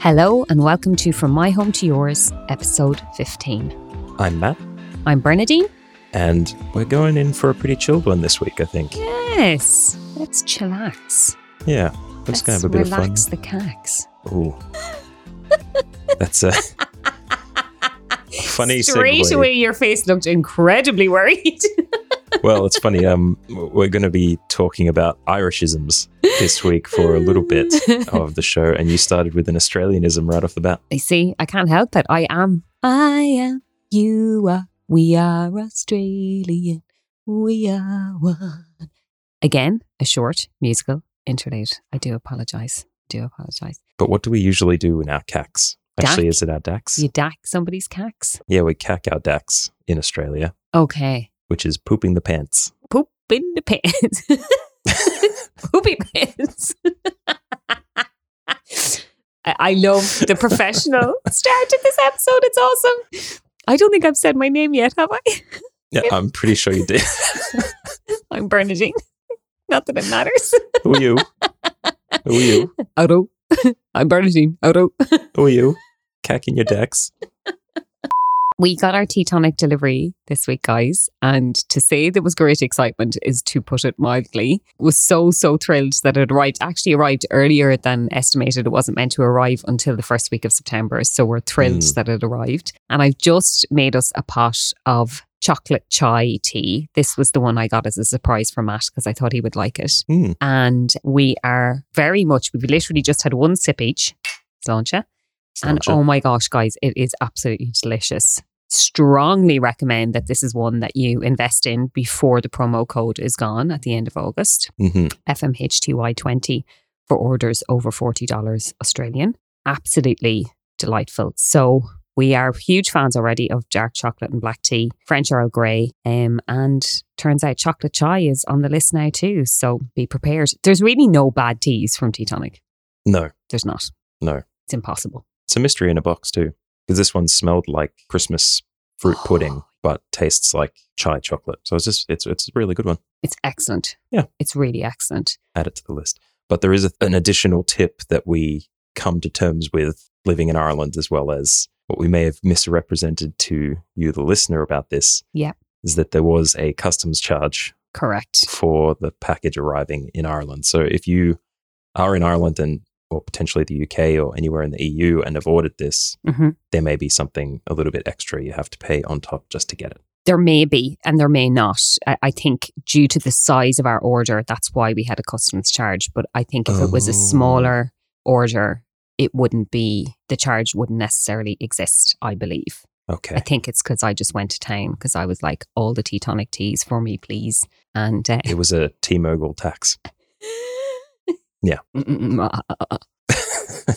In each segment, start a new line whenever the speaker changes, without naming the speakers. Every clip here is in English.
Hello, and welcome to From My Home to Yours, episode 15.
I'm Matt,
I'm Bernadine.
and we're going in for a pretty chilled one this week, I think.
Yes, let's chillax.
Yeah, we're just gonna have a bit
relax the cax.
of fun. Ooh, that's a funny
Straight
segue.
away, your face looked incredibly worried.
Well, it's funny. Um, we're going to be talking about Irishisms this week for a little bit Oh. of the show, and you started with an Australianism right off the bat.
I see. I can't help it. I am. I am. You are. We are Australian. We are one. Again, a short musical interlude. I do apologise. Do apologise.
But what do we usually do in our cacks? Actually, is it our dax?
You dack somebody's cax.
Yeah, we cack our dax in Australia,
Okay.
which is pooping the pants.
poop in the pants. Poopy pants. I, I love the professional start to this episode. It's awesome. I don't think I've said my name yet, have I?
Yeah, I'm pretty sure you did.
I'm Bernadine. Not that it matters.
Who are you? Who are you?
Otto. I'm Bernadine. Otto.
Who are you? Cacking your decks.
We got our tea tonic delivery this week, guys. And to say there was great excitement is to put it mildly. Was so, so thrilled that it arrived, actually arrived earlier than estimated. It wasn't meant to arrive until the first week of September. So we're thrilled
Mm.
that it arrived. And I've just made us a pot of chocolate chai tea. This was the one I got as a surprise for Matt because I thought he would like it.
Mm.
And we are very much, we've literally just had one sip each. Don't ya? And
Gotcha.
oh my gosh, guys, it is absolutely delicious. Strongly recommend that this is one that you invest in before the promo code is gone at the end of August.
Mhm.
FMHTY20 for orders over $40 Australian. Absolutely delightful. So we are huge fans already of dark chocolate and black tea, French Earl Grey, um, and turns out chocolate chai is on the list now too. So be prepared. There's really no bad teas from Teatonic.
No,
There's not.
No.
It's impossible.
it's a mystery in a box too, because this one smelled like Christmas fruit
Oh,
pudding, but tastes like chai chocolate. So it's just it's it's a really good one.
It's excellent.
Yeah.
It's really excellent.
Add it to the list. But there is a, an additional tip that we come to terms with living in Ireland, as well as what we may have misrepresented to you, the listener, about this.
Yep.
Is that there was a customs charge
Correct.
for the package arriving in Ireland. So if you are in Ireland and or potentially the UK or anywhere in the EU and have ordered this,
hmm
there may be something a little bit extra you have to pay on top just to get it.
There may be and there may not. I, I think due to the size of our order, that's why we had a customs charge. But I think if it was a
Oh.
smaller order, it wouldn't be the charge wouldn't necessarily exist. I believe. I
Okay.
think it's because I just went to town because I was like all the Teutonic teas for me, please. And uh,
It was a T mogul tax. Yeah.
uh,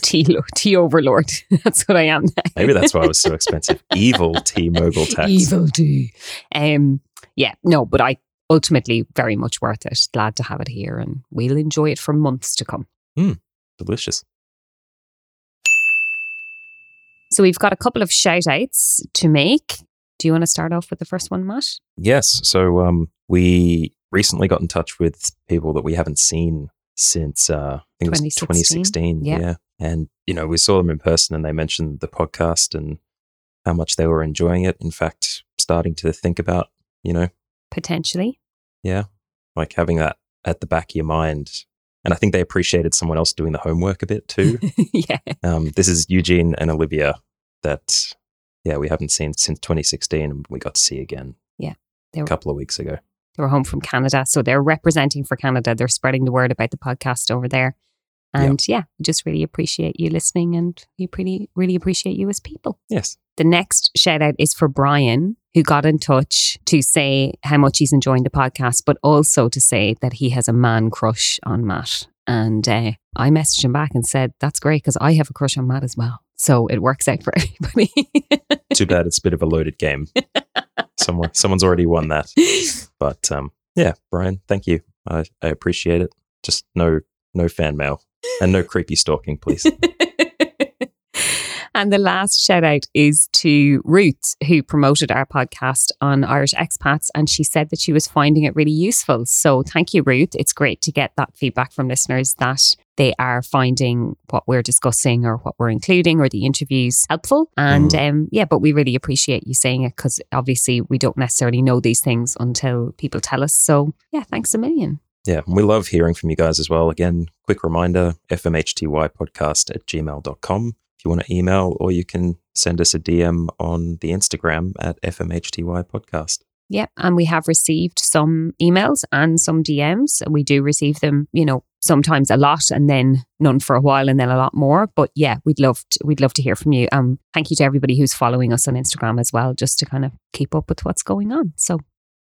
tea lo- tea overlord. that's what I am now.
Maybe that's why it was so expensive. Evil T mogul tax.
Evil do. Um, yeah, no, but I ultimately very much worth it. Glad to have it here, and we'll enjoy it for months to come.
Delicious.
So we've got a couple of shout outs to make. Do you want to start off with the first one, Matt?
Yes. So um, we recently got in touch with people that we haven't seen since uh, I think it was
2016?
2016.
Yeah.
And, you know, we saw them in person and they mentioned the podcast and how much they were enjoying it. In fact, starting to think about, you know,
Potentially.
like having that at the back of your mind. And I think they appreciated someone else doing the homework a bit too.
yeah.
um, this is Eugene and Olivia that, yeah, we haven't seen since 2016 and we got to see again.
Yeah. They
A
were-
couple of weeks ago.
They were home from Canada. So they're representing for Canada. They're spreading the word about the podcast over there. And yeah, we just really appreciate you listening and we pretty really appreciate you as people.
Yes.
The next shout out is for Brian, who got in touch to say how much he's enjoying the podcast, but also to say that he has a man crush on Matt. And uh, I messaged him back and said, That's great because I have a crush on Matt as well. So it works out for everybody.
Too bad it's a bit of a loaded game. Someone, someone's already won that. But um, yeah, Brian, thank you. I, I appreciate it. Just no, no fan mail and no creepy stalking, please.
And the last shout out is to Ruth, who promoted our podcast on Irish expats. And she said that she was finding it really useful. So thank you, Ruth. It's great to get that feedback from listeners that they are finding what we're discussing or what we're including or the interviews helpful. And
Mm.
um, yeah, but we really appreciate you saying it because obviously we don't necessarily know these things until people tell us. So yeah, thanks a million.
Yeah, and we love hearing from you guys as well. Again, quick reminder fmhtypodcast at gmail.com if you want to email, or you can send us a DM on the Instagram at fmhtypodcast.
Yep. And we have received some emails and some DMs. We do receive them, you know, sometimes a lot and then none for a while and then a lot more. But yeah, we'd love to, we'd love to hear from you. Um, thank you to everybody who's following us on Instagram as well, just to kind of keep up with what's going on. So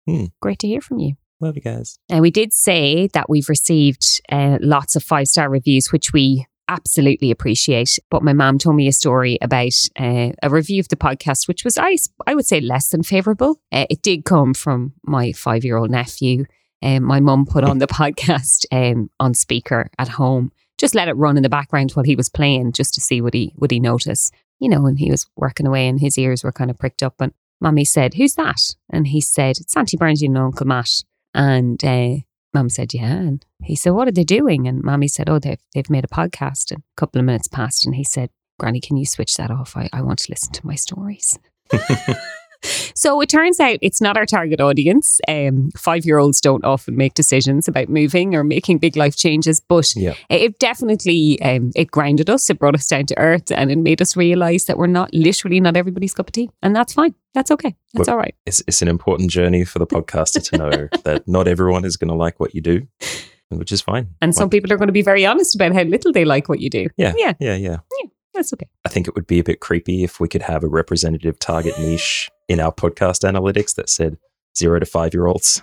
Hmm.
great to hear from you.
Love you guys.
And we did say that we've received uh, lots of five star reviews, which we absolutely appreciate. But my mom told me a story about uh, a review of the podcast, which was, I, s- I would say, less than favorable. Uh, it did come from my five year old nephew. Um, my mum put on the podcast um, on speaker at home, just let it run in the background while he was playing, just to see what he would he notice, you know. And he was working away, and his ears were kind of pricked up. And Mummy said, "Who's that?" And he said, "It's Auntie Bernadine and Uncle Matt." And uh, mum said, Yeah. And he said, What are they doing? And mommy said, Oh, they've, they've made a podcast. And a couple of minutes passed. And he said, Granny, can you switch that off? I, I want to listen to my stories. so it turns out it's not our target audience. Um, Five year olds don't often make decisions about moving or making big life changes, but
Yeah.
it- it definitely um, it grounded us. It brought us down to earth, and it made us realize that we're not literally not everybody's cup of tea, and that's fine. That's okay. That's
Look,
all right.
It's, it's an important journey for the podcaster to know that not everyone is going to like what you do, which is fine.
And some
Like-
people are going to be very honest about how little they like what you do.
Yeah.
yeah,
Yeah, yeah.
that's okay.
I think it would be a bit creepy if we could have a representative target niche in our podcast analytics that said zero to five year olds.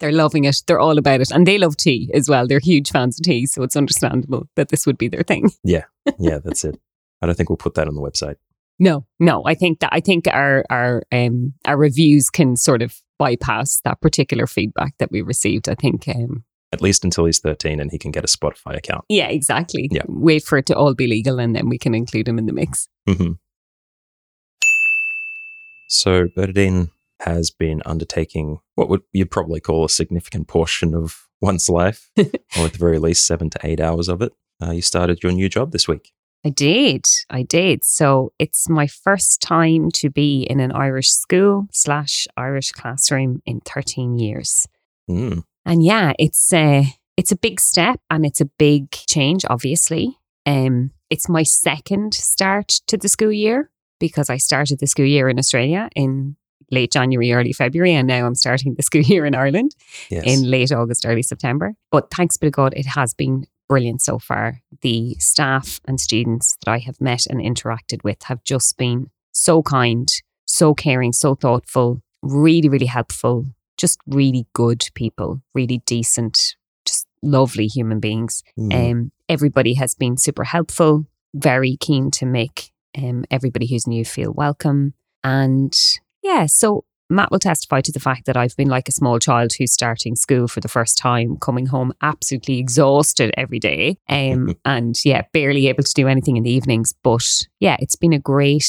They're loving it. They're all about it. And they love tea as well. They're huge fans of tea. So it's understandable that this would be their thing.
Yeah, that's it. I don't think we'll put that on the website.
No, no. I think that I think our our um our reviews can sort of bypass that particular feedback that we received. I think um
At least until he's 13 and he can get a Spotify account.
yeah, exactly.
Yeah.
Wait for it to all be legal and then we can include them in the mix.
hmm So Bernadine has been undertaking what would you probably call a significant portion of one's life, or at the very least seven to eight hours of it. Uh, you started your new job this week.
I did. I did. So it's my first time to be in an Irish school slash Irish classroom in 13 years.
Mm.
And yeah, it's a it's a big step and it's a big change. Obviously, um, it's my second start to the school year because I started the school year in Australia in late January, early February, and now I'm starting the school year in Ireland
Yes.
in late August, early September. But thanks be to God, it has been brilliant so far. The staff and students that I have met and interacted with have just been so kind, so caring, so thoughtful, really, really helpful, just really good people, really decent, just lovely human beings.
Mm.
Um, everybody has been super helpful, very keen to make um, everybody who's new feel welcome. And yeah, so Matt will testify to the fact that I've been like a small child who's starting school for the first time, coming home absolutely exhausted every day. Um, and yeah, barely able to do anything in the evenings. But yeah, it's been a great.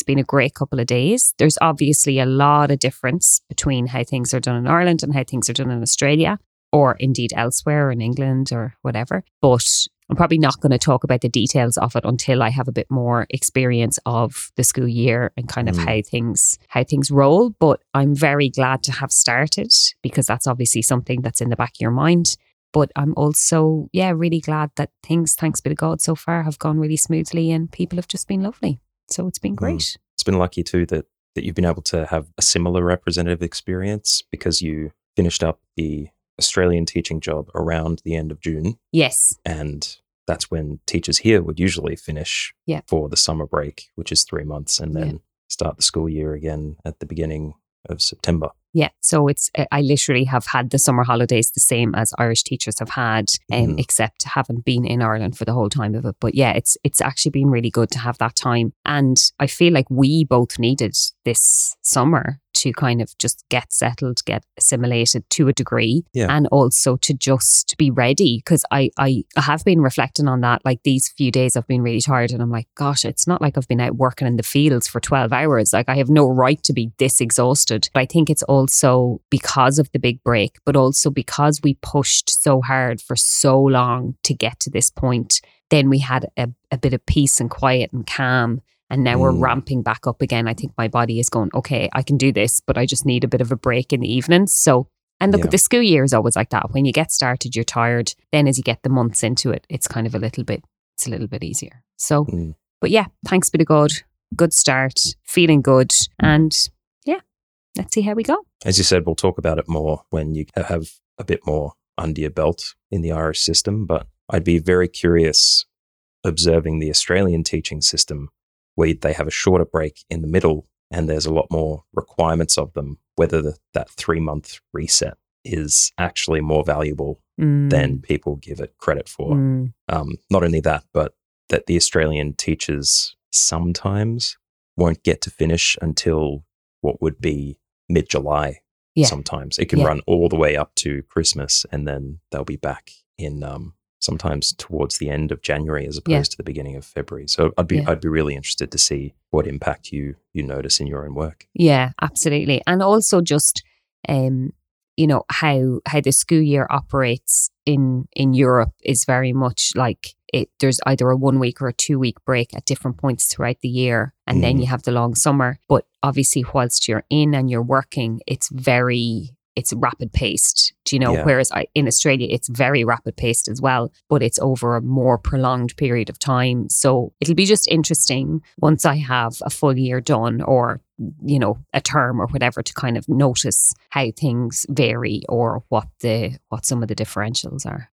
It's been a great couple of days. There's obviously a lot of difference between how things are done in Ireland and how things are done in Australia or indeed elsewhere in England or whatever. But I'm probably not going to talk about the details of it until I have a bit more experience of the school year and kind of
Mm.
how things how things roll. But I'm very glad to have started because that's obviously something that's in the back of your mind. But I'm also, yeah, really glad that things, thanks be to God, so far have gone really smoothly and people have just been lovely. So it's been
Mm.
great.
it's been lucky too that that you've been able to have a similar representative experience because you finished up the Australian teaching job around the end of June
Yes.
and that's when teachers here would usually finish
Yeah.
for the summer break which is 3 months and then
Yeah.
start the school year again at the beginning of September.
Yeah, so it's eh, I- I literally have had the summer holidays the same as Irish teachers have had, um,
Mhm.
except haven't been in Ireland for the whole time of it. But yeah, it's it's actually been really good to have that time, and I feel like we both needed this summer to kind of just get settled, get assimilated to a degree,
Yeah.
and also to just be ready. Because I, I have been reflecting on that. Like these few days, I've been really tired, and I'm like, gosh, it's not like I've been out working in the fields for 12 hours. Like I have no right to be this exhausted. But I think it's also because of the big break, but also because we pushed so hard for so long to get to this point. Then we had a, a bit of peace and quiet and calm and now we're
Mm.
ramping back up again. I think my body is going, okay, I can do this, but I just need a bit of a break in the evenings. So, and look,
Yeah.
the school year is always like that. When you get started, you're tired. Then as you get the months into it, it's kind of a little bit, it's a little bit easier. So,
Mm.
but yeah, thanks be to God. Good start, feeling good. And yeah, let's see how we go.
As you said, we'll talk about it more when you have a bit more under your belt in the Irish system. But I'd be very curious observing the Australian teaching system where they have a shorter break in the middle and there's a lot more requirements of them, whether the, that three month reset is actually more valuable
Mm,
than people give it credit for.
mm,
Um, not only that, but that the Australian teachers sometimes won't get to finish until what would be mid July.
Yeah.
Sometimes it can
Yeah.
run all the way up to Christmas and then they'll be back in um, sometimes towards the end of January as
Yeah.
opposed to the beginning of February. So I'd be
Yeah.
I'd be really interested to see what impact you you notice in your own work.
Yeah, absolutely. And also just um you know how how the school year operates in in Europe is very much like it there's either a one week or a two week break at different points throughout the year and then
Mhm.
you have the long summer but obviously whilst you're in and you're working it's very it's rapid paced do you know
Yeah.
whereas I, in Australia it's very rapid paced as well but it's over a more prolonged period of time so it'll be just interesting once I have a full year done or you know a term or whatever to kind of notice how things vary or what the what some of the differentials are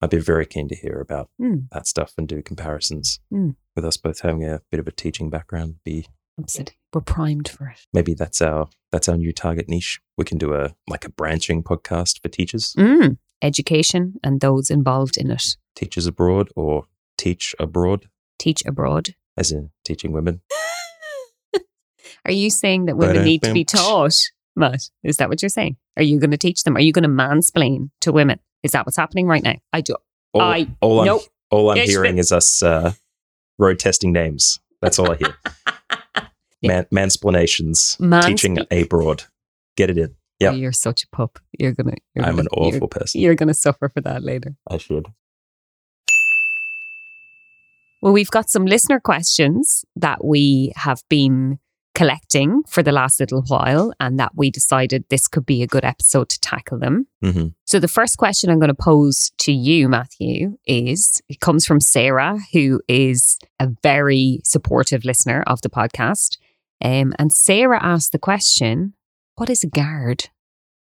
I'd be very keen to hear about
Mm.
that stuff and do comparisons.
Mm.
With us both having a bit of a teaching background, be
absolutely we're primed for it
maybe that's our that's our new target niche. We can do a like a branching podcast for teachers,
mm. education and those involved in it
teachers abroad or teach abroad,
teach abroad
as in teaching women.
are you saying that women need to be taught Matt is that what you're saying are you going to teach them are you going to mansplain to women is that what's happening right now I do
All,
I-
all Oh, I'm
nope.
all I'm
Yes,
hearing is us uh, road testing names. That's all I hear. Man, mansplanations,
Manspl-
teaching abroad. Get it in. Yep.
Oh, you're such a pup you're gonna you're
I'm
gonna,
an
you're,
awful person.
you're gonna suffer for that later
I should.
Well, we've got some listener questions that we have been collecting for the last little while, and that we decided this could be a good episode to tackle them.
hmm
So, the first question I'm going to pose to you, Matthew, is it comes from Sarah, who is a very supportive listener of the podcast. Um, and Sarah asked the question, What is a guard?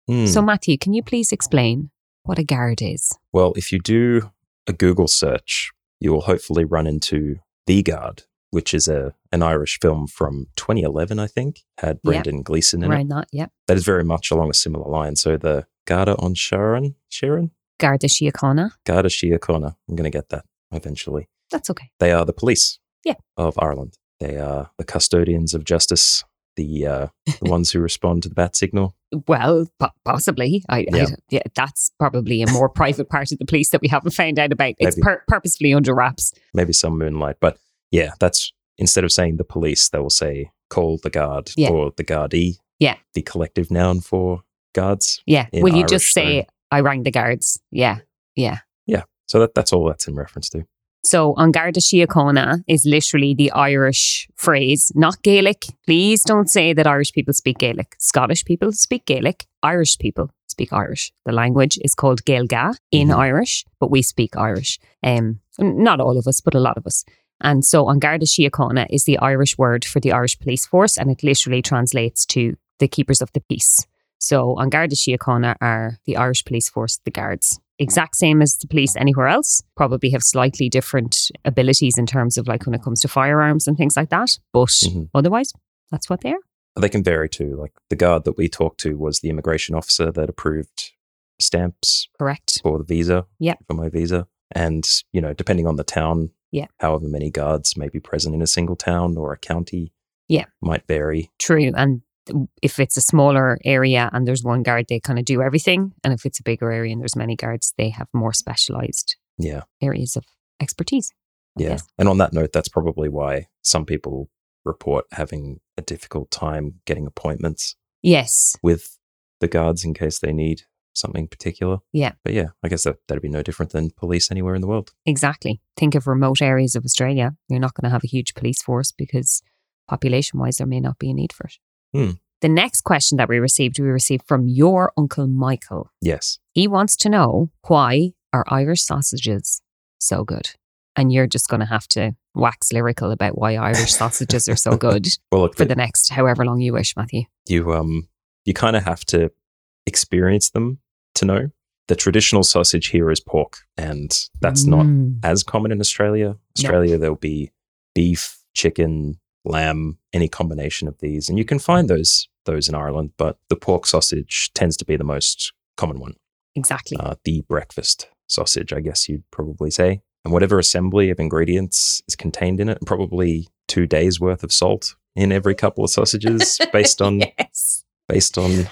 Hmm.
So, Matthew, can you please explain what a guard is?
Well, if you do a Google search, you will hopefully run into The Guard, which is a an Irish film from 2011, I think, had Brendan Gleeson in it.
Around that, yep.
That is very much along a similar line. So the Garda on Sharon, Sharon,
Garda Síochána.
Garda Síochána. I'm going to get that eventually.
That's okay.
They are the police
Yeah.
of Ireland. They are the custodians of justice, the uh, the ones who respond to the bat signal.
Well, po- possibly. I, I
Yeah.
don't- yeah, that's probably a more private part of the police that we haven't found out about. It's
Maybe.
pur- purposefully under wraps.
maybe some moonlight. But yeah, that's instead of saying the police, they will say call the guard
Yeah.
or the guardie.
Yeah.
The collective noun for guards.
Yeah.
In
Will you
Irish,
just say
though.
I rang the guards? Yeah.
So that, that's all that's in reference to.
So on Garda Síochána is literally the Irish phrase, not Gaelic. Please don't say that Irish people speak Gaelic. Scottish people speak Gaelic. Irish people speak Irish. The language is called Gaelga in
Mhm.
Irish, but we speak Irish. Um, n- not all of us, but a lot of us. And so on Garda Síochána is the Irish word for the Irish police force, and it literally translates to the keepers of the peace. So on Garda Síochána are the Irish police force, the guards. Exact same as the police anywhere else, probably have slightly different abilities in terms of like when it comes to firearms and things like that. But
Mhm.
otherwise, that's what they are.
They can vary too. Like the guard that we talked to was the immigration officer that approved stamps
Correct.
for the visa.
Yeah.
For my visa. And, you know, depending on the town,
Yeah.
however many guards may be present in a single town or a county.
Yeah.
Might vary.
True. And if it's a smaller area and there's one guard, they kind of do everything. And if it's a bigger area and there's many guards, they have more specialized
Yeah.
areas of expertise. I
Yeah.
guess.
And on that note, that's probably why some people report having a difficult time getting appointments
Yes.
with the guards in case they need something particular.
Yeah.
But yeah, I guess that, that'd be no different than police anywhere in the world.
Exactly. Think of remote areas of Australia. You're not going to have a huge police force because population wise, there may not be a need for it.
Hmm.
The next question that we received, we received from your Uncle Michael.
Yes.
He wants to know why are Irish sausages so good? And you're just going to have to wax lyrical about why Irish sausages are so good
Well, look,
for
the-
the next however long you wish, Matthew.
you um you kind of have to experience them to know. The traditional sausage here is pork, and that's not
Mm.
as common in Australia. Australia, there'll be beef, chicken, lamb, any combination of these, and you can find those those in Ireland. But the pork sausage tends to be the most common one,
exactly.
uh, the breakfast sausage, I guess you'd probably say. And whatever assembly of ingredients is contained in it, probably two days worth of salt in every couple of sausages, based on
yes.
based on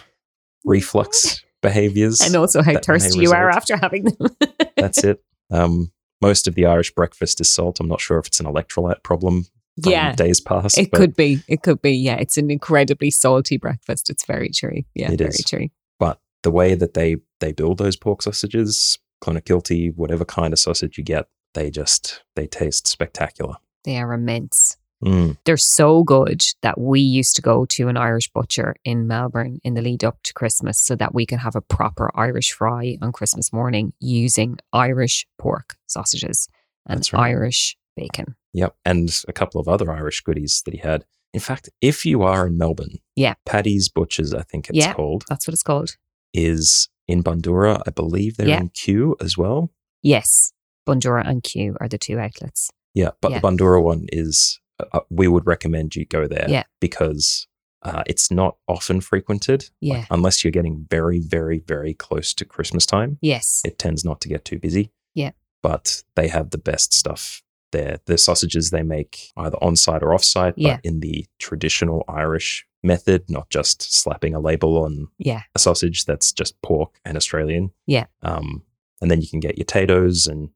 reflux behaviors.
And also how
that may
thirsty you are
result.
after having them.
That's it. Um, most of the Irish breakfast is salt. I'm not sure if it's an electrolyte problem from
yeah.
days past.
It
but
could be. It could be. Yeah, it's an incredibly salty breakfast. It's very true. Yeah,
It
very
is.
true.
But the way that they they build those pork sausages, clonakilty, whatever kind of sausage you get, they just they taste spectacular.
They are immense.
Mm,
They're so good that we used to go to an Irish butcher in Melbourne in the lead up to Christmas so that we could have a proper Irish fry on Christmas morning using Irish pork sausages and
That's right.
Irish bacon.
Yep, and a couple of other Irish goodies that he had. In fact, if you are in Melbourne,
Yeah.
Paddy's Butchers, I think it's
Yeah.
called,
That's what it's called.
is in Bandura. I believe they're
Yeah.
in Kew as well.
Yes. Bundura and Q are the two outlets.
Yeah, but
Yeah.
the Bandura one is uh, we would recommend you go there
Yeah.
because uh, it's not often frequented
Yeah.
unless you're getting very, very, very close to Christmas time.
Yes.
It tends not to get too busy.
Yeah.
but they have the best stuff there. The sausages they make either on site or off site,
Yeah.
but in the traditional Irish method, not just slapping a label on
Yeah.
a sausage that's just pork and Australian.
Yeah.
um, and then you can get your potatoes and.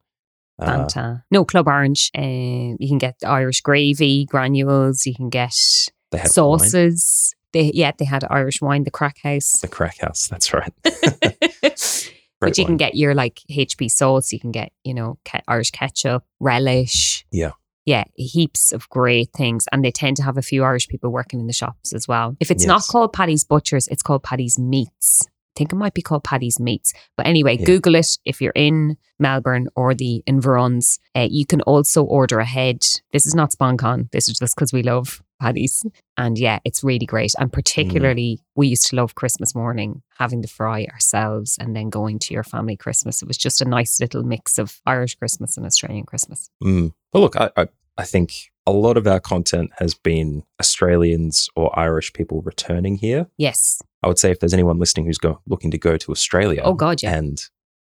uh,
Fanta. no, Club Orange. Uh, you can get Irish gravy, granules. You can get
they have wine.
sauces. They yeah, they had Irish wine, the crack house.
The crack house. That's right.
but
Great
you can
one.
get your like HP sauce. You can get you know ke- Irish ketchup, relish.
Yeah.
Yeah, heaps of great things. And they tend to have a few Irish people working in the shops as well. If it's not
Yes.
called Paddy's Butchers, it's called Paddy's Meats. I think it might be called Paddy's Meats. But anyway,
Yeah.
Google it if you're in Melbourne or the Inverons. Uh, you can also order ahead. This is not SponCon. This is just because we love Paddy's. And yeah, it's really great. And particularly, we used to love Christmas morning, having the fry ourselves and then going to your family Christmas. It was just a nice little mix of Irish Christmas and Australian Christmas.
Mm. Well, look, I, I, I think a lot of our content has been Australians or Irish people returning here.
Yes.
I would say if there's anyone listening who's go, looking to go to Australia
Oh, God, yeah.
and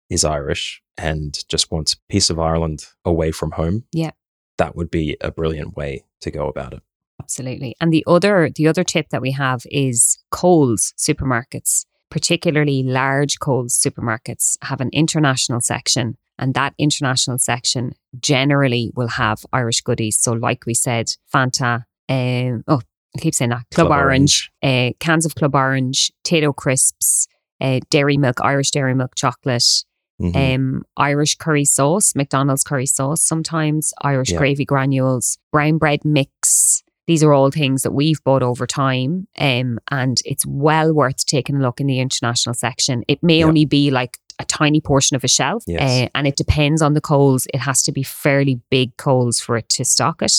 is Irish and just wants a piece of Ireland away from home,
Yeah.
that would be a brilliant way to go about it.
Absolutely. And the other the other tip that we have is Coles supermarkets, particularly large Coles supermarkets have an international section and that international section generally will have Irish goodies. So like we said, Fanta, um, oh, I keep saying that, Club, Orange, uh, cans of Club Orange, Tato crisps, uh, dairy milk, Irish dairy milk chocolate,
Mhm.
um, Irish curry sauce, McDonald's curry sauce, sometimes Irish
Yeah.
gravy granules, brown bread mix. These are all things that we've bought over time, um, and it's well worth taking a look in the international section. It may
Yeah.
only be like a tiny portion of a shelf,
Yes.
uh, and it depends on the coals. It has to be fairly big coals for it to stock it,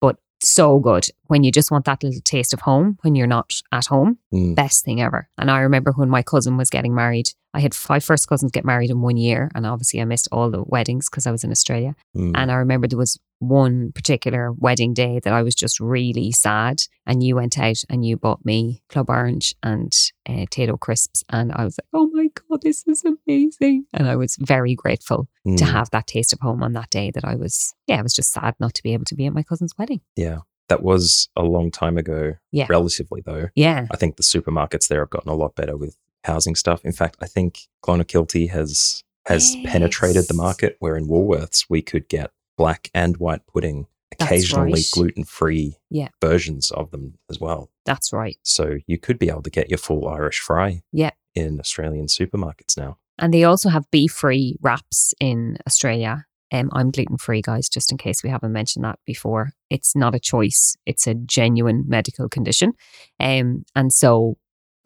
but so good when you just want that little taste of home when you're not at home
Mm.
best thing ever. And I remember when my cousin was getting married, I had five first cousins get married in one year. And obviously, I missed all the weddings because I was in Australia.
Mm.
And I remember there was one particular wedding day that I was just really sad. And you went out and you bought me Club Orange and uh, Tato Crisps. And I was like, oh my God, this is amazing. And I was very grateful
Mm.
to have that taste of home on that day that I was, yeah, I was just sad not to be able to be at my cousin's wedding.
Yeah. That was a long time ago,
Yeah.
relatively though.
Yeah.
I think the supermarkets there have gotten a lot better with housing stuff. In fact, I think Clonakilty has has
Yes.
penetrated the market where in Woolworths we could get black and white pudding,
That's
occasionally
right.
gluten-free
Yeah.
versions of them as well.
That's right.
So you could be able to get your full Irish fry
Yeah.
in Australian supermarkets now.
And they also have beef free wraps in Australia. Um, I'm gluten free, guys, just in case we haven't mentioned that before. It's not a choice, it's a genuine medical condition. Um, and so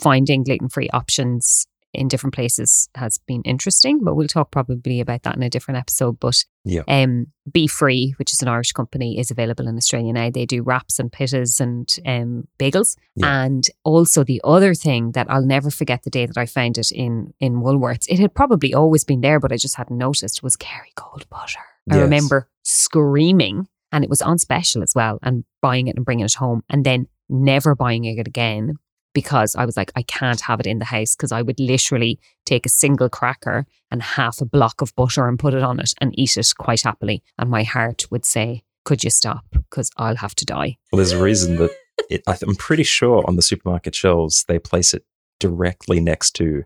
finding gluten free options in different places has been interesting, but we'll talk probably about that in a different episode. But
Yeah.
um, Beef Free, which is an Irish company, is available in Australia now. They do wraps and pittas and um, bagels.
Yeah.
And also the other thing that I'll never forget the day that I found it in in Woolworths. It had probably always been there, but I just hadn't noticed. Was Kerrygold butter. I
Yes.
remember screaming, and it was on special as well, and buying it and bringing it home, and then never buying it again because I was like, I can't have it in the house because I would literally take a single cracker and half a block of butter and put it on it and eat it quite happily. And my heart would say, Could you stop? Because I'll have to die.
Well, there's a reason that it, I th- I'm pretty sure on the supermarket shelves they place it directly next to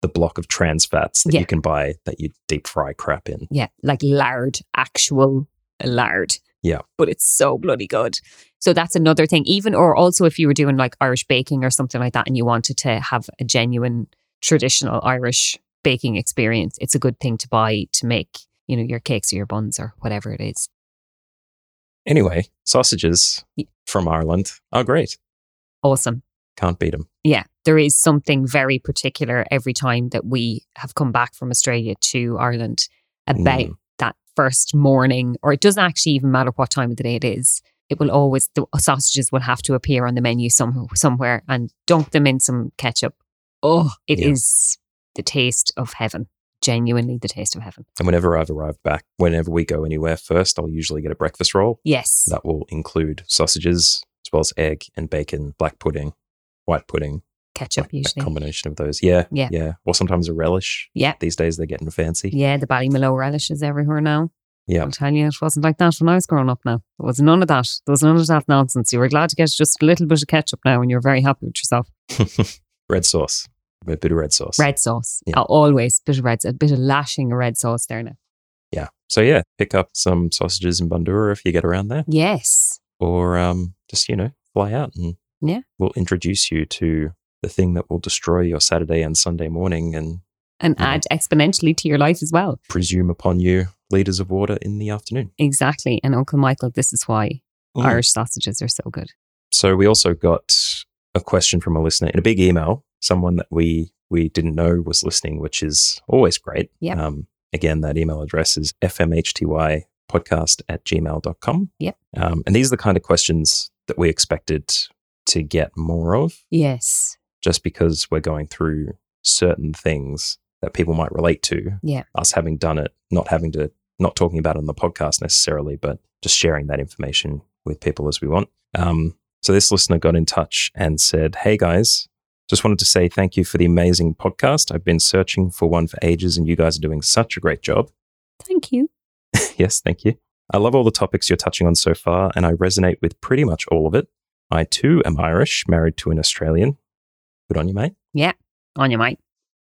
the block of trans fats that
Yeah.
you can buy that you deep fry crap in.
Yeah, like lard, actual lard.
Yeah.
But it's so bloody good. So that's another thing. Even or also if you were doing like Irish baking or something like that and you wanted to have a genuine traditional Irish baking experience, it's a good thing to buy to make, you know, your cakes or your buns or whatever it is.
Anyway, sausages
Ye-
from Ireland are great.
Awesome.
Can't beat them.
yeah, there is something very particular every time that we have come back from Australia to Ireland about
Mm.
that first morning, or it doesn't actually even matter what time of the day it is. It will always, the sausages will have to appear on the menu some, somewhere and dunk them in some ketchup. Oh, it is the
Yeah.
taste of heaven. Genuinely the taste of heaven.
And whenever I've arrived back, whenever we go anywhere first, I'll usually get a breakfast roll
Yes.
that will include sausages as well as egg and bacon, black pudding, white pudding,
ketchup
like a
usually.
combination of those. Yeah,
Yeah.
yeah. Or sometimes a relish.
Yeah.
These days they're getting fancy.
Yeah, the Ballymaloe relishes everywhere now.
Yeah.
I'll tell you, it wasn't like that when I was growing up now. There was none of that. There was none of that nonsense. You were glad to get just a little bit of ketchup now and you're very happy with yourself.
red sauce, a bit of red sauce.
Red sauce.
Yeah.
Uh, Always bit of red a bit of lashing of red sauce there now.
Yeah. So yeah, pick up some sausages in Bandura if you get around there,
Yes.
or um, just you know fly out and
Yeah.
we'll introduce you to the thing that will destroy your Saturday and Sunday morning and
And
Yeah.
add exponentially to your life as well.
presume upon you liters of water in the afternoon.
Exactly. And Uncle Michael, this is why
Mm.
Irish sausages are so good.
So we also got a question from a listener in a big email, someone that we we didn't know was listening, which is always great.
Yep.
Um, again, that email address is fmhtypodcast at gmail.com.
Yep.
Um, and these are the kind of questions that we expected to get more of
Yes.
just because we're going through certain things that people might relate to.
Yeah.
Us having done it, not having to, not talking about it on the podcast necessarily, but just sharing that information with people as we want. Um, so this listener got in touch and said, Hey guys, just wanted to say thank you for the amazing podcast. I've been searching for one for ages and you guys are doing such a great job.
Thank you.
Yes, thank you. I love all the topics you're touching on so far, and I resonate with pretty much all of it. I too am Irish, married to an Australian. Good on you, mate.
On your mic.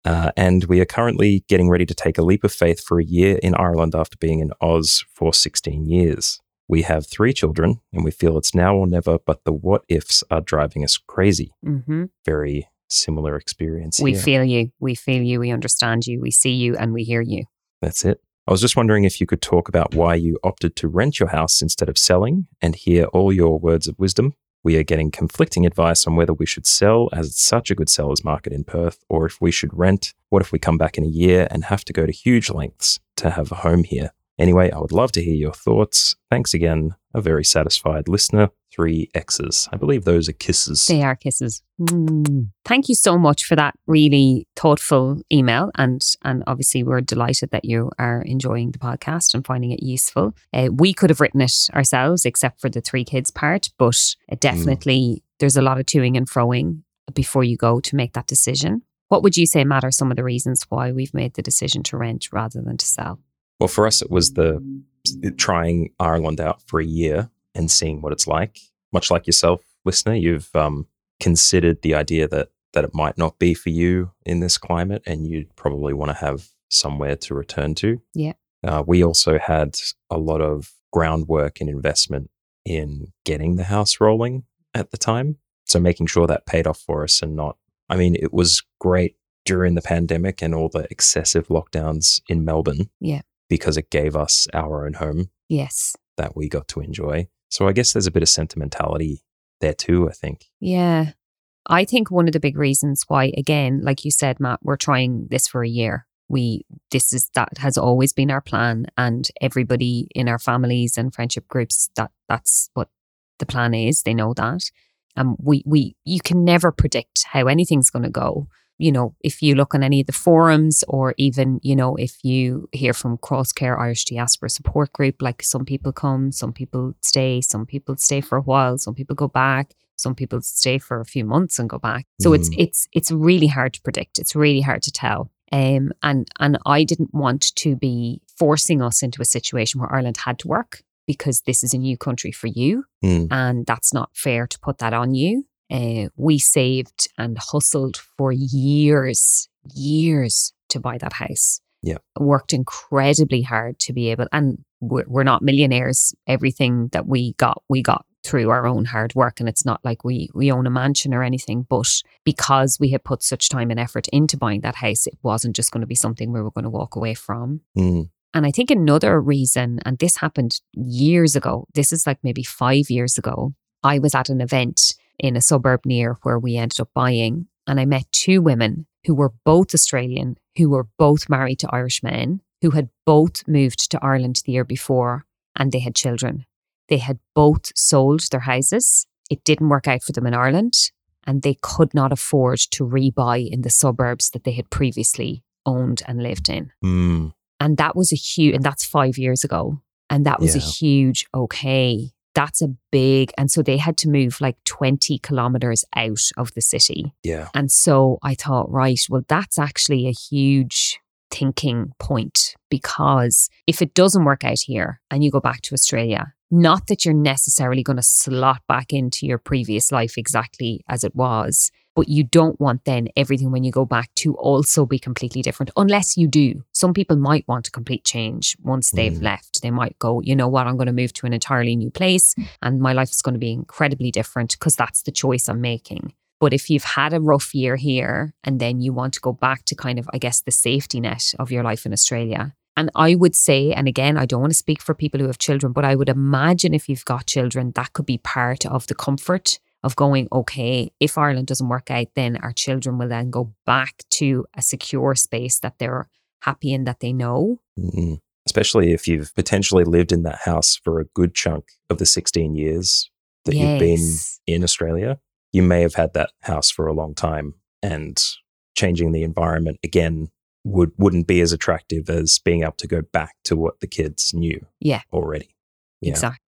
Uh, and we are currently getting ready to take a leap of faith for a year in Ireland after being in Oz for 16 years. We have three children, and we feel it's now or never, but the what ifs are driving us crazy.
hmm
Very similar experience.
We
here.
feel you. We feel you. We understand you. We see you and we hear you.
That's it. I was just wondering if you could talk about why you opted to rent your house instead of selling and hear all your words of wisdom. We are getting conflicting advice on whether we should sell, as it's such a good seller's market in Perth, or if we should rent. What if we come back in a year and have to go to huge lengths to have a home here? Anyway, I would love to hear your thoughts. Thanks again. A very satisfied listener. Three X's. I believe those are kisses.
They are kisses. Mm. Thank you so much for that really thoughtful email, and and obviously we're delighted that you are enjoying the podcast and finding it useful. Uh, we could have written it ourselves, except for the three kids part, but uh, definitely there's a lot of toing and froing before you go to make that decision. What would you say matter some of the reasons why we've made the decision to rent rather than to sell?
Well, for us, it was the trying Ireland out for a year and seeing what it's like. much like yourself, listener, you've um, considered the idea that that it might not be for you in this climate, and you'd probably want to have somewhere to return to.
Yeah.
Uh, we also had a lot of groundwork and investment in getting the house rolling at the time. So making sure that paid off for us and not, I mean, it was great during the pandemic and all the excessive lockdowns in Melbourne.
Yeah.
Because it gave us our own home
Yes.
that we got to enjoy. So I guess there's a bit of sentimentality there too, I think.
Yeah. I think one of the big reasons why, again, like you said, Matt, we're trying this for a year. We, this is, that has always been our plan. And everybody in our families and friendship groups, that, that's what the plan is. They know that. And we, we, you can never predict how anything's going to go. You know, if you look on any of the forums or even, you know, if you hear from Crosscare Irish Diaspora Support Group, like some people come, some people stay, some people stay for a while, some people go back some people stay for a few months and go back so it's
Mm.
it's it's really hard to predict it's really hard to tell um and and i didn't want to be forcing us into a situation where ireland had to work because this is a new country for you
Mm.
and that's not fair to put that on you uh, we saved and hustled for years years to buy that house
Yeah.
worked incredibly hard to be able and we're, we're not millionaires everything that we got we got through our own hard work and it's not like we we own a mansion or anything but because we had put such time and effort into buying that house it wasn't just going to be something we were going to walk away from
Mm.
and I think another reason, and this happened years ago, this is like maybe five years ago, I was at an event in a suburb near where we ended up buying. And I met two women who were both Australian, who were both married to Irish men, who had both moved to Ireland the year before, and they had children. They had both sold their houses. It didn't work out for them in Ireland, and they could not afford to rebuy in the suburbs that they had previously owned and lived in
Mm.
and that was a huge and that's five years ago and that was a
Yeah.
huge okay that's a big and so they had to move like 20 kilometers out of the city
Yeah.
and so i thought right well that's actually a huge thinking point because if it doesn't work out here and you go back to australia not that you're necessarily going to slot back into your previous life exactly as it was but you don't want then everything when you go back to also be completely different unless you do some people might want a complete change once they've
Mm.
left they might go you know what i'm going to move to an entirely new place
Mm.
and my life is going to be incredibly different because that's the choice i'm making but if you've had a rough year here and then you want to go back to kind of i guess the safety net of your life in australia and I would say, and again, I don't want to speak for people who have children, but I would imagine if you've got children, that could be part of the comfort of going, okay, if Ireland doesn't work out, then our children will then go back to a secure space that they're happy in, that they know.
Mm. Especially if you've potentially lived in that house for a good chunk of the 16 years that you've been
Yes.
in Australia, you may have had that house for a long time and changing the environment again would wouldn't be as attractive as being able to go back to what the kids knew
Yeah.
already. Yeah.
Exactly.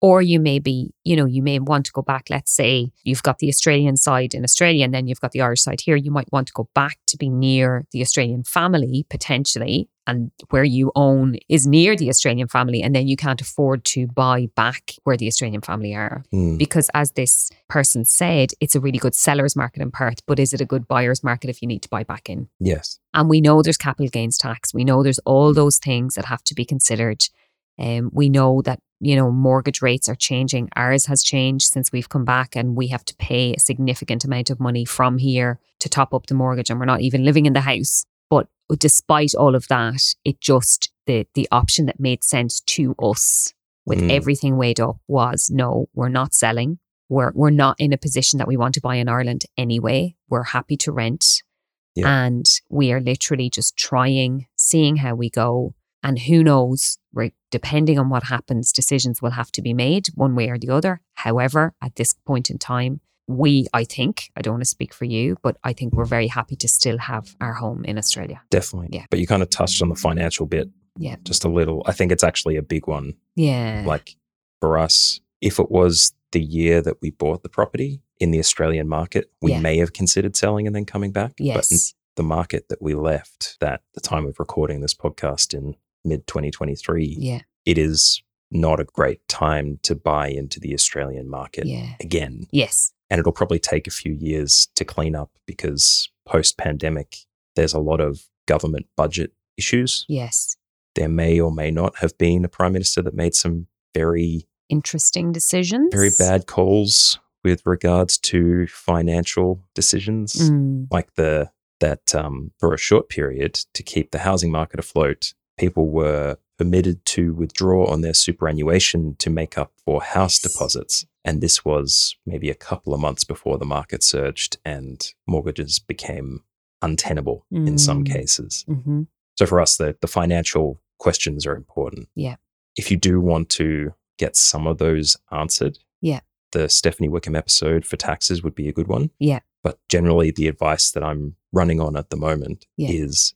Or you may be, you know, you may want to go back. Let's say you've got the Australian side in Australia and then you've got the Irish side here. You might want to go back to be near the Australian family potentially. And where you own is near the Australian family. And then you can't afford to buy back where the Australian family are.
Mm.
Because as this person said, it's a really good seller's market in Perth, but is it a good buyer's market if you need to buy back in?
Yes.
And we know there's capital gains tax. We know there's all those things that have to be considered. Um, we know that, you know, mortgage rates are changing. Ours has changed since we've come back and we have to pay a significant amount of money from here to top up the mortgage and we're not even living in the house. But despite all of that, it just the the option that made sense to us with
Mm.
everything weighed up was no, we're not selling. We're we're not in a position that we want to buy in Ireland anyway. We're happy to rent.
Yeah.
And we are literally just trying, seeing how we go. And who knows, right, depending on what happens, decisions will have to be made one way or the other. However, at this point in time, we, I think, I don't want to speak for you, but I think we're very happy to still have our home in Australia.
Definitely.
Yeah.
But you kind of touched on the financial bit.
Yeah.
Just a little. I think it's actually a big one
Yeah.
like for us if it was the year that we bought the property in the australian market we
Yeah.
may have considered selling and then coming back but n-
yes.
the market that we left at the time of recording this podcast in mid 2023
yeah.
it is not a great time to buy into the Australian market
Yeah.
again.
Yes.
And it'll probably take a few years to clean up because post pandemic, there's a lot of government budget issues.
Yes.
There may or may not have been a prime minister that made some very
Interesting decisions.
very bad calls with regards to financial decisions,
Mm.
like the that um, for a short period to keep the housing market afloat, people were permitted to withdraw on their superannuation to make up for house
Yes.
deposits. And this was maybe a couple of months before the market surged and mortgages became untenable in some
Mm.
cases.
hmm
So for us, the, the financial questions are important.
Yeah.
If you do want to get some of those answered,
Yeah.
the Stephanie Wickham episode for taxes would be a good one.
Yeah.
But generally, the advice that I'm running on at the moment
Yeah.
is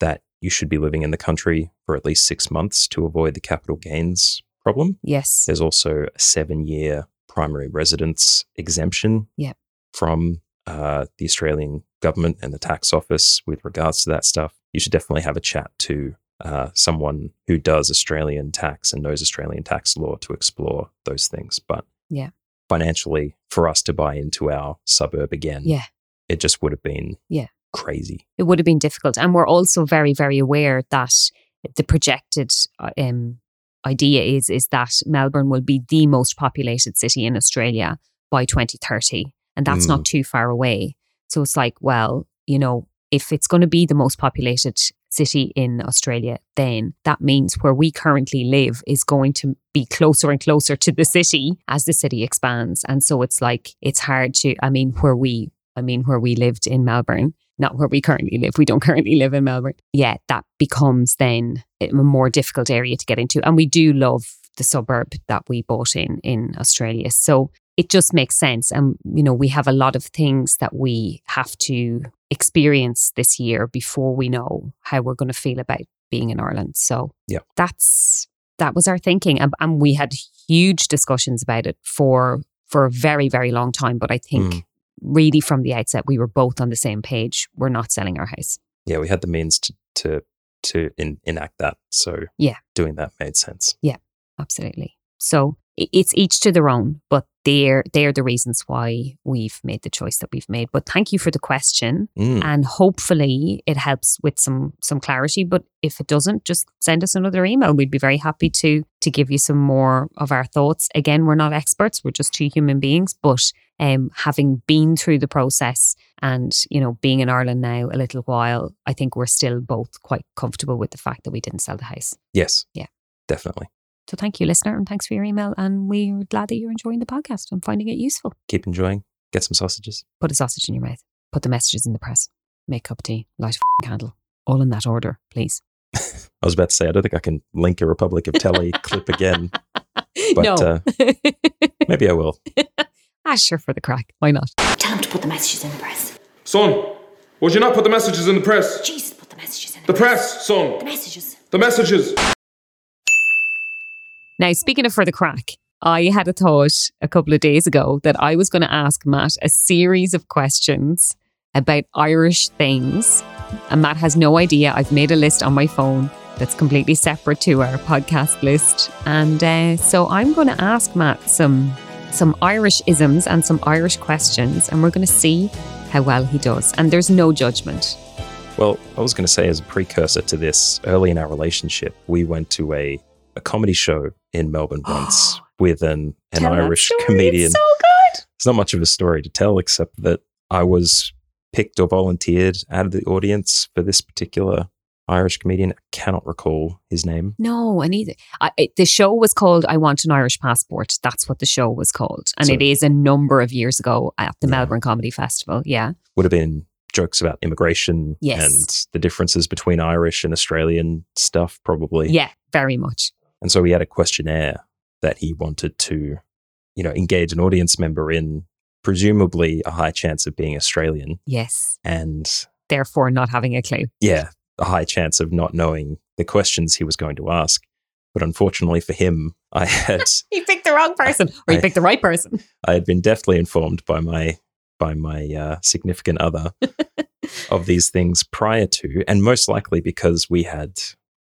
that you should be living in the country for at least six months to avoid the capital gains problem.
Yes.
There's also a seven year primary residence exemption
Yeah.
from uh, the Australian government and the tax office with regards to that stuff. You should definitely have a chat to uh, someone who does Australian tax and knows Australian tax law to explore those things. But
Yeah.
financially, for us to buy into our suburb again,
Yeah.
it just would have been
Yeah.
crazy.
It would have been difficult. And we're also very, very aware that the projected uh, um, idea is is that Melbourne will be the most populated city in Australia by 2030. And that's not too far away. So it's like, well, you know, if it's going to be the most populated city in Australia, then that means where we currently live is going to be closer and closer to the city as the city expands. And so it's like, it's hard to, I mean, where we, I mean, where we lived in Melbourne, not where we currently live. We don't currently live in Melbourne. Yeah, that becomes then a more difficult area to get into. And we do love the suburb that we bought in in Australia. So it just makes sense. And, you know, we have a lot of things that we have to experience this year before we know how we're going to feel about being in Ireland. So
Yeah.
that's that was our thinking. And, and we had huge discussions about it for for a very, very long time. But I think
Mm.
really from the outset, we were both on the same page. We're not selling our house.
Yeah, we had the means to to to in, enact that. So
Yeah.
doing that made sense.
Absolutely. So i- it's each to their own, but they're they're the reasons why we've made the choice that we've made. But thank you for the question,
Mm.
and hopefully it helps with some some clarity. But if it doesn't, just send us another email. We'd be very happy to to give you some more of our thoughts. Again, we're not experts; we're just two human beings, but. Um, having been through the process and you know being in Ireland now a little while, I think we're still both quite comfortable with the fact that we didn't sell the house.
Yes.
Yeah.
Definitely.
So thank you, listener, and thanks for your email. And we're glad that you're enjoying the podcast and finding it useful.
Keep enjoying. Get some sausages.
Put a sausage in your mouth. Put the messages in the press. Make cup of tea. Light a f***ing candle. All in that order, please.
I was about to say, I don't think I can link a Republic of Telly clip again, but
no.
uh, maybe I will.
ah, sure, for the crack. Why not?
Time to put the messages in the press.
Son, would you not put the messages in the press?
Jesus, put the messages in
The press, son.
The messages.
The messages.
Now, speaking of for the crack, I had a thought a couple of days ago that I was going to ask Matt a series of questions about Irish things. And Matt has no idea. I've made a list on my phone that's completely separate to our podcast list. And uh, so I'm going to ask Matt some some Irish isms and some Irish questions, and we're going to see how well he does. And there's no judgment.
Well, I was going to say, as a precursor to this, early in our relationship, we went to a, a comedy show in Melbourne once with an, an
Tell that
Irish
story, it's
comedian.
so good.
it's not much of a story to tell, except that I was picked or volunteered out of the audience for this particular Irish comedian. I cannot recall his name.
No, and either I, it, the show was called "I Want an Irish Passport." That's what the show was called, and
So-
it is a number of years ago at the
Yeah.
Melbourne Comedy Festival. Yeah,
Would have been jokes about immigration
Yes.
and the differences between Irish and Australian stuff, probably.
yeah, very much.
And so he had a questionnaire that he wanted to, you know, engage an audience member in, presumably a high chance of being Australian
Yes,
and,
therefore not having a clue.
yeah, a high chance of not knowing the questions he was going to ask. But unfortunately for him, I had
You picked the wrong person, or you
I-
picked the right person.
I had been deftly informed by my by my uh, significant other of these things prior to, and most likely because we had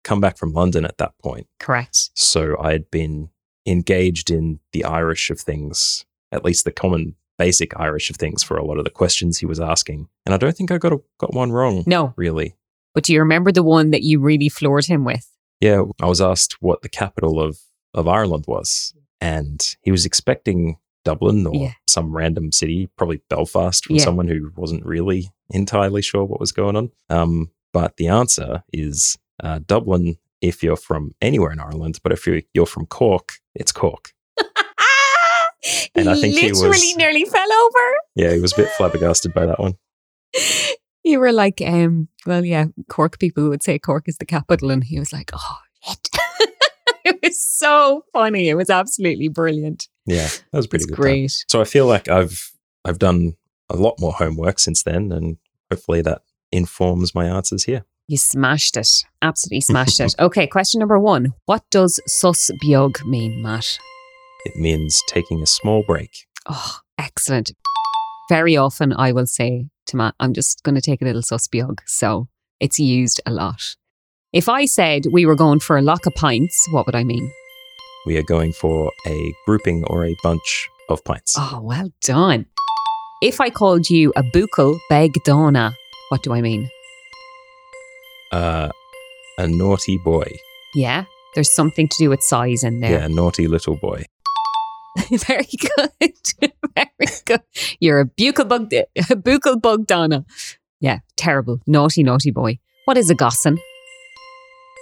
come back from London at that point.
Correct.
So I had been engaged in the Irish of things, at least the common basic Irish of things for a lot of the questions he was asking. And I don't think I got a, got one wrong,
No.
really.
But do you remember the one that you really floored him with?
Yeah, I was asked what the capital of, of Ireland was, and he was expecting Dublin or
Yeah.
some random city, probably Belfast, from
Yeah.
someone who wasn't really entirely sure what was going on. Um, but the answer is uh, Dublin if you're from anywhere in Ireland, but if you're, you're from Cork, it's Cork.
Ah!
And I think he
literally
was-
nearly fell over.
Yeah, he was a bit flabbergasted by that one.
You were like, um, well, yeah, Cork people would say Cork is the capital. And he was like, oh, shit. it was so funny. It was absolutely brilliant.
Yeah, that was a pretty
it's
good. time.
great.
So I feel like I've I've done a lot more homework since then, and hopefully that informs my answers here.
You smashed it. Absolutely smashed it. Okay, question number one. What does sus biog mean, Matt?
It means taking a small break.
Oh, excellent. Very often I will say to Matt, I'm just going to take a little sus biog. So it's used a lot. If I said we were going for a lock of pints, what would I mean?
We are going for a grouping or a bunch of pints.
Oh, well done. If I called you a buckle beg dona, what do I mean?
Uh, a naughty boy.
Yeah, there's something to do with size in
Yeah,
there.
a naughty little boy.
Very good. Very good. You're a buckle bug, a buckle bug dona. Yeah, terrible. Naughty, naughty boy. What is a gossin?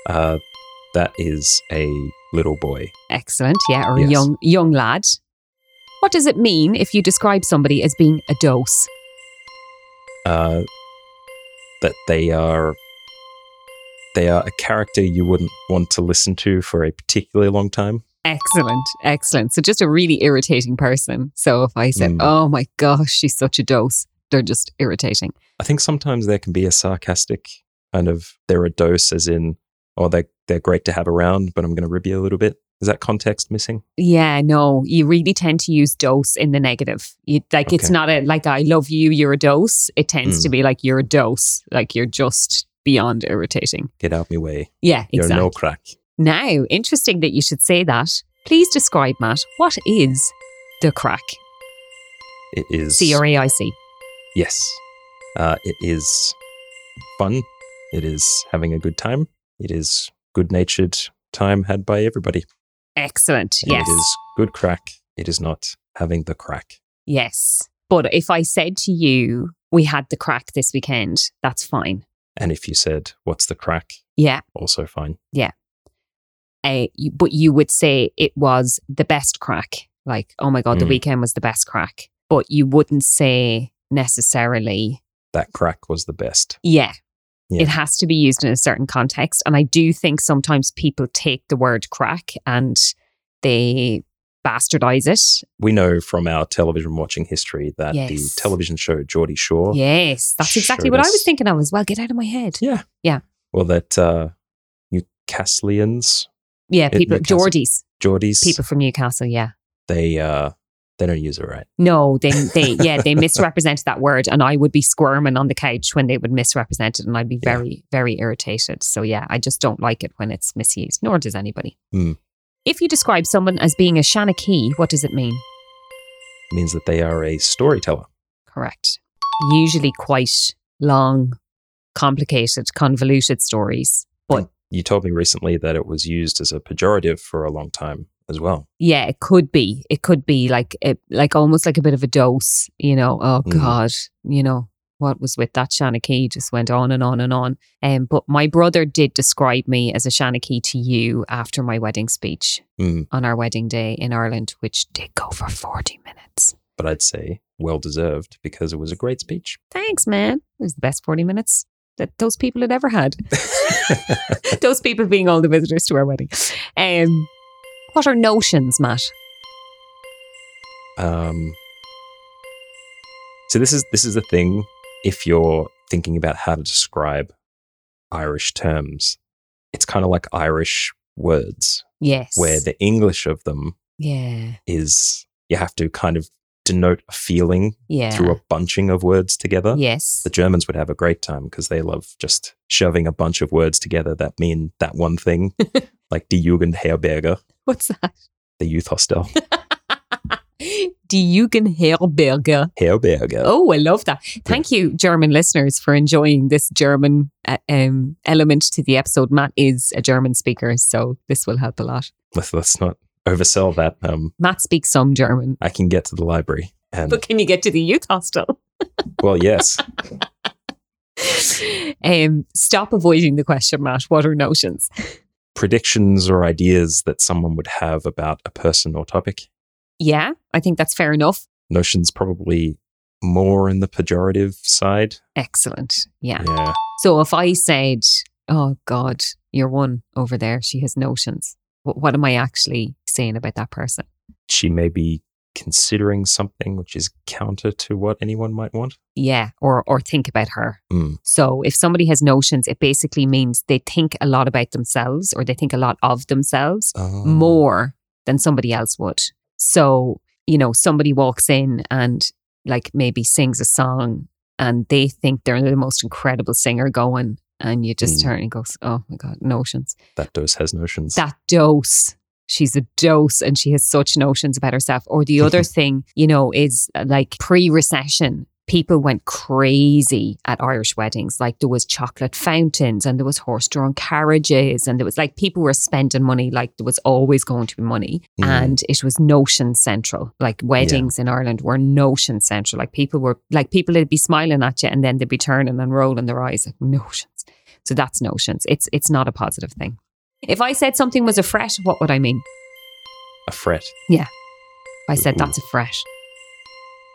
Uh, that is a little boy.
Excellent. Yeah, or
Yes.
a young young lad. What does it mean if you describe somebody as being a dose?
Uh, that they are. They are a character you wouldn't want to listen to for a particularly long time.
Excellent, excellent. So just a really irritating person. So if I said,
Mm.
"Oh my gosh, she's such a dose," they're just irritating.
I think sometimes there can be a sarcastic kind of they're a dose as in oh they they're great to have around, but I'm gonna rib you a little bit. Is that context missing?
Yeah, no, you really tend to use dose in the negative. You, like it's
Okay.
not a like I love you, you're a dose. It tends
Mm.
to be like you're a dose, like you're just beyond irritating.
Get out me way.
Yeah,
You're
exactly.
no crack.
Now, interesting that you should say that. Please describe, Matt, what is the crack?
It is
C R A I C.
Yes. Uh, it is fun. It is having a good time. It is good natured time had by everybody.
Excellent.
And
Yes.
It is good crack. It is not having the crack.
Yes. But if I said to you, we had the crack this weekend, that's fine.
And if you said, What's the crack?
Yeah.
Also fine.
Uh, you- but you would say it was the best crack. Like, oh my God, the
Mm.
weekend was the best crack. But you wouldn't say necessarily,
That crack was the best.
yeah.
Yeah.
It has to be used in a certain context. And I do think sometimes people take the word crack and they bastardize it.
we know from our television watching history that
Yes.
the television show Geordie Shore,
Yes, that's exactly what I was
Sureness.
thinking of as well. Get out of my head.
Yeah. well, that uh, Newcastleians,
Yeah,
It-
people,
Newcastle.
Geordies,
Geordies,
people from Newcastle. Yeah.
they uh, they don't use it right.
No, they, they yeah, they misrepresented that word, and I would be squirming on the couch when they would misrepresent it, and I'd be
Yeah.
very, very irritated. So yeah, I just don't like it when it's misused, nor does anybody.
Mm.
If you describe someone as being a Shanachie, what does it mean?
It means that they are a storyteller.
Correct. Usually quite long, complicated, convoluted stories. But
You told me recently that it was used as a pejorative for a long time as well.
yeah, it could be. It could be like it, like almost like a bit of a dose, you know. Oh
Mm.
God, you know, what was with that Shanachie just went on and on and on. Um, but my brother did describe me as a Shanachie to you after my wedding speech
Mm.
on our wedding day in Ireland, which did go for 40 minutes.
But I'd say well deserved because it was a great speech.
Thanks, man. It was the best 40 minutes that those people had ever had. those people being all the visitors to our wedding. Um, what are notions, Matt?
Um, so this is this is the thing. If you're thinking about how to describe Irish terms, it's kind of like Irish words,
Yes.
where the English of them
yeah.
is you have to kind of denote a feeling
Yeah.
through a bunching of words together.
yes.
The Germans would have a great time because they love just shoving a bunch of words together that mean that one thing, like die Jugendherberge,
What's that?
the youth hostel.
Die Jugendherberge.
Herberge.
Oh, I love that. Thank you, German listeners, for enjoying this German uh, um, element to the episode. Matt is a German speaker, so this will help a lot.
Let's, let's not oversell that. Um,
Matt speaks some German,
I can get to the library. And,
but can you get to the youth hostel?
well, yes.
um, stop avoiding the question, Matt. What are notions?
predictions or ideas that someone would have about a person or topic.
Yeah, I think that's fair enough.
Notions probably more in the pejorative side.
Excellent. Yeah.
Yeah.
So if I said, oh God, you're one over there, she has notions, what, what am I actually saying about that person?
She may be considering something which is counter to what anyone might want.
Yeah, or, or think about her.
Mm.
So if somebody has notions, it basically means they think a lot about themselves or they think a lot of themselves
Oh.
more than somebody else would. So, you know, somebody walks in and like maybe sings a song and they think they're the most incredible singer going. And you just
Mm.
turn and goes, oh my God, notions.
That dose has notions.
That dose. She's a dose and she has such notions about herself. Or the other thing, you know, is uh, like pre recession. People went crazy at Irish weddings. Like there was chocolate fountains and there was horse drawn carriages and there was like people were spending money like there was always going to be money.
Mm.
And it was notion central. Like weddings in Ireland were notion central. Like people were like people would be smiling at you and then they'd be turning and rolling their eyes like notions. So that's notions. It's it's not a positive thing. If I said something was a fret, what would I mean?
a fret.
If I said
Ooh.
that's a fret.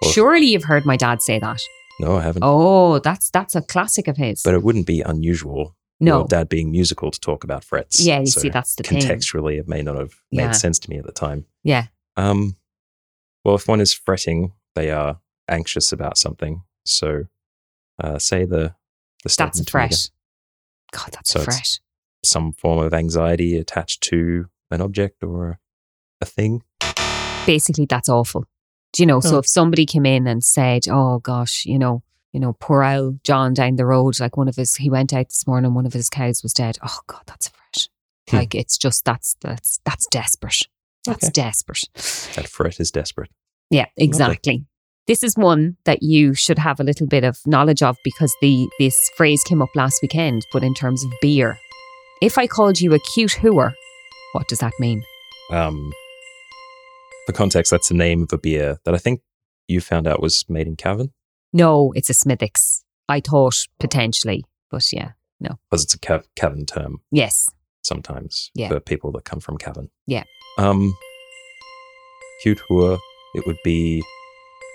Well-
Surely you've heard my dad say that.
No, I haven't.
Oh, that's that's a classic of his.
But it wouldn't be unusual.
no.
your dad being musical to talk about frets.
Yeah, you
So
see, that's the thing.
Contextually, it may not have made
Yeah.
sense to me at the time.
Yeah.
Um, well, if one is fretting, they are anxious about something. So, uh, say the the
That's a
statement to me again.
fret. God, that's
So
a
it's-
fret.
Some form of anxiety attached to an object or a thing.
Basically, that's awful. Do you know? So if somebody came in and said, "Oh gosh, you know, you know, poor old John down the road, like one of his, he went out this morning, one of his cows was dead." Oh God, that's a fret.
Hmm.
Like it's just that's that's that's desperate. That's
Okay.
desperate.
That fret is desperate.
Yeah, exactly. This is one that you should have a little bit of knowledge of because the this phrase came up last weekend, but in terms of beer. If I called you a cute hooer, what does that mean?
Um, for context, that's the name of a beer that I think you found out was made in Cavan
No, it's a Smithwick's. I thought potentially, but yeah.
because it's a Cav- Cavan term.
Yes.
sometimes
Yeah.
for people that come from Cavan.
Yeah.
Um, cute whore, it would be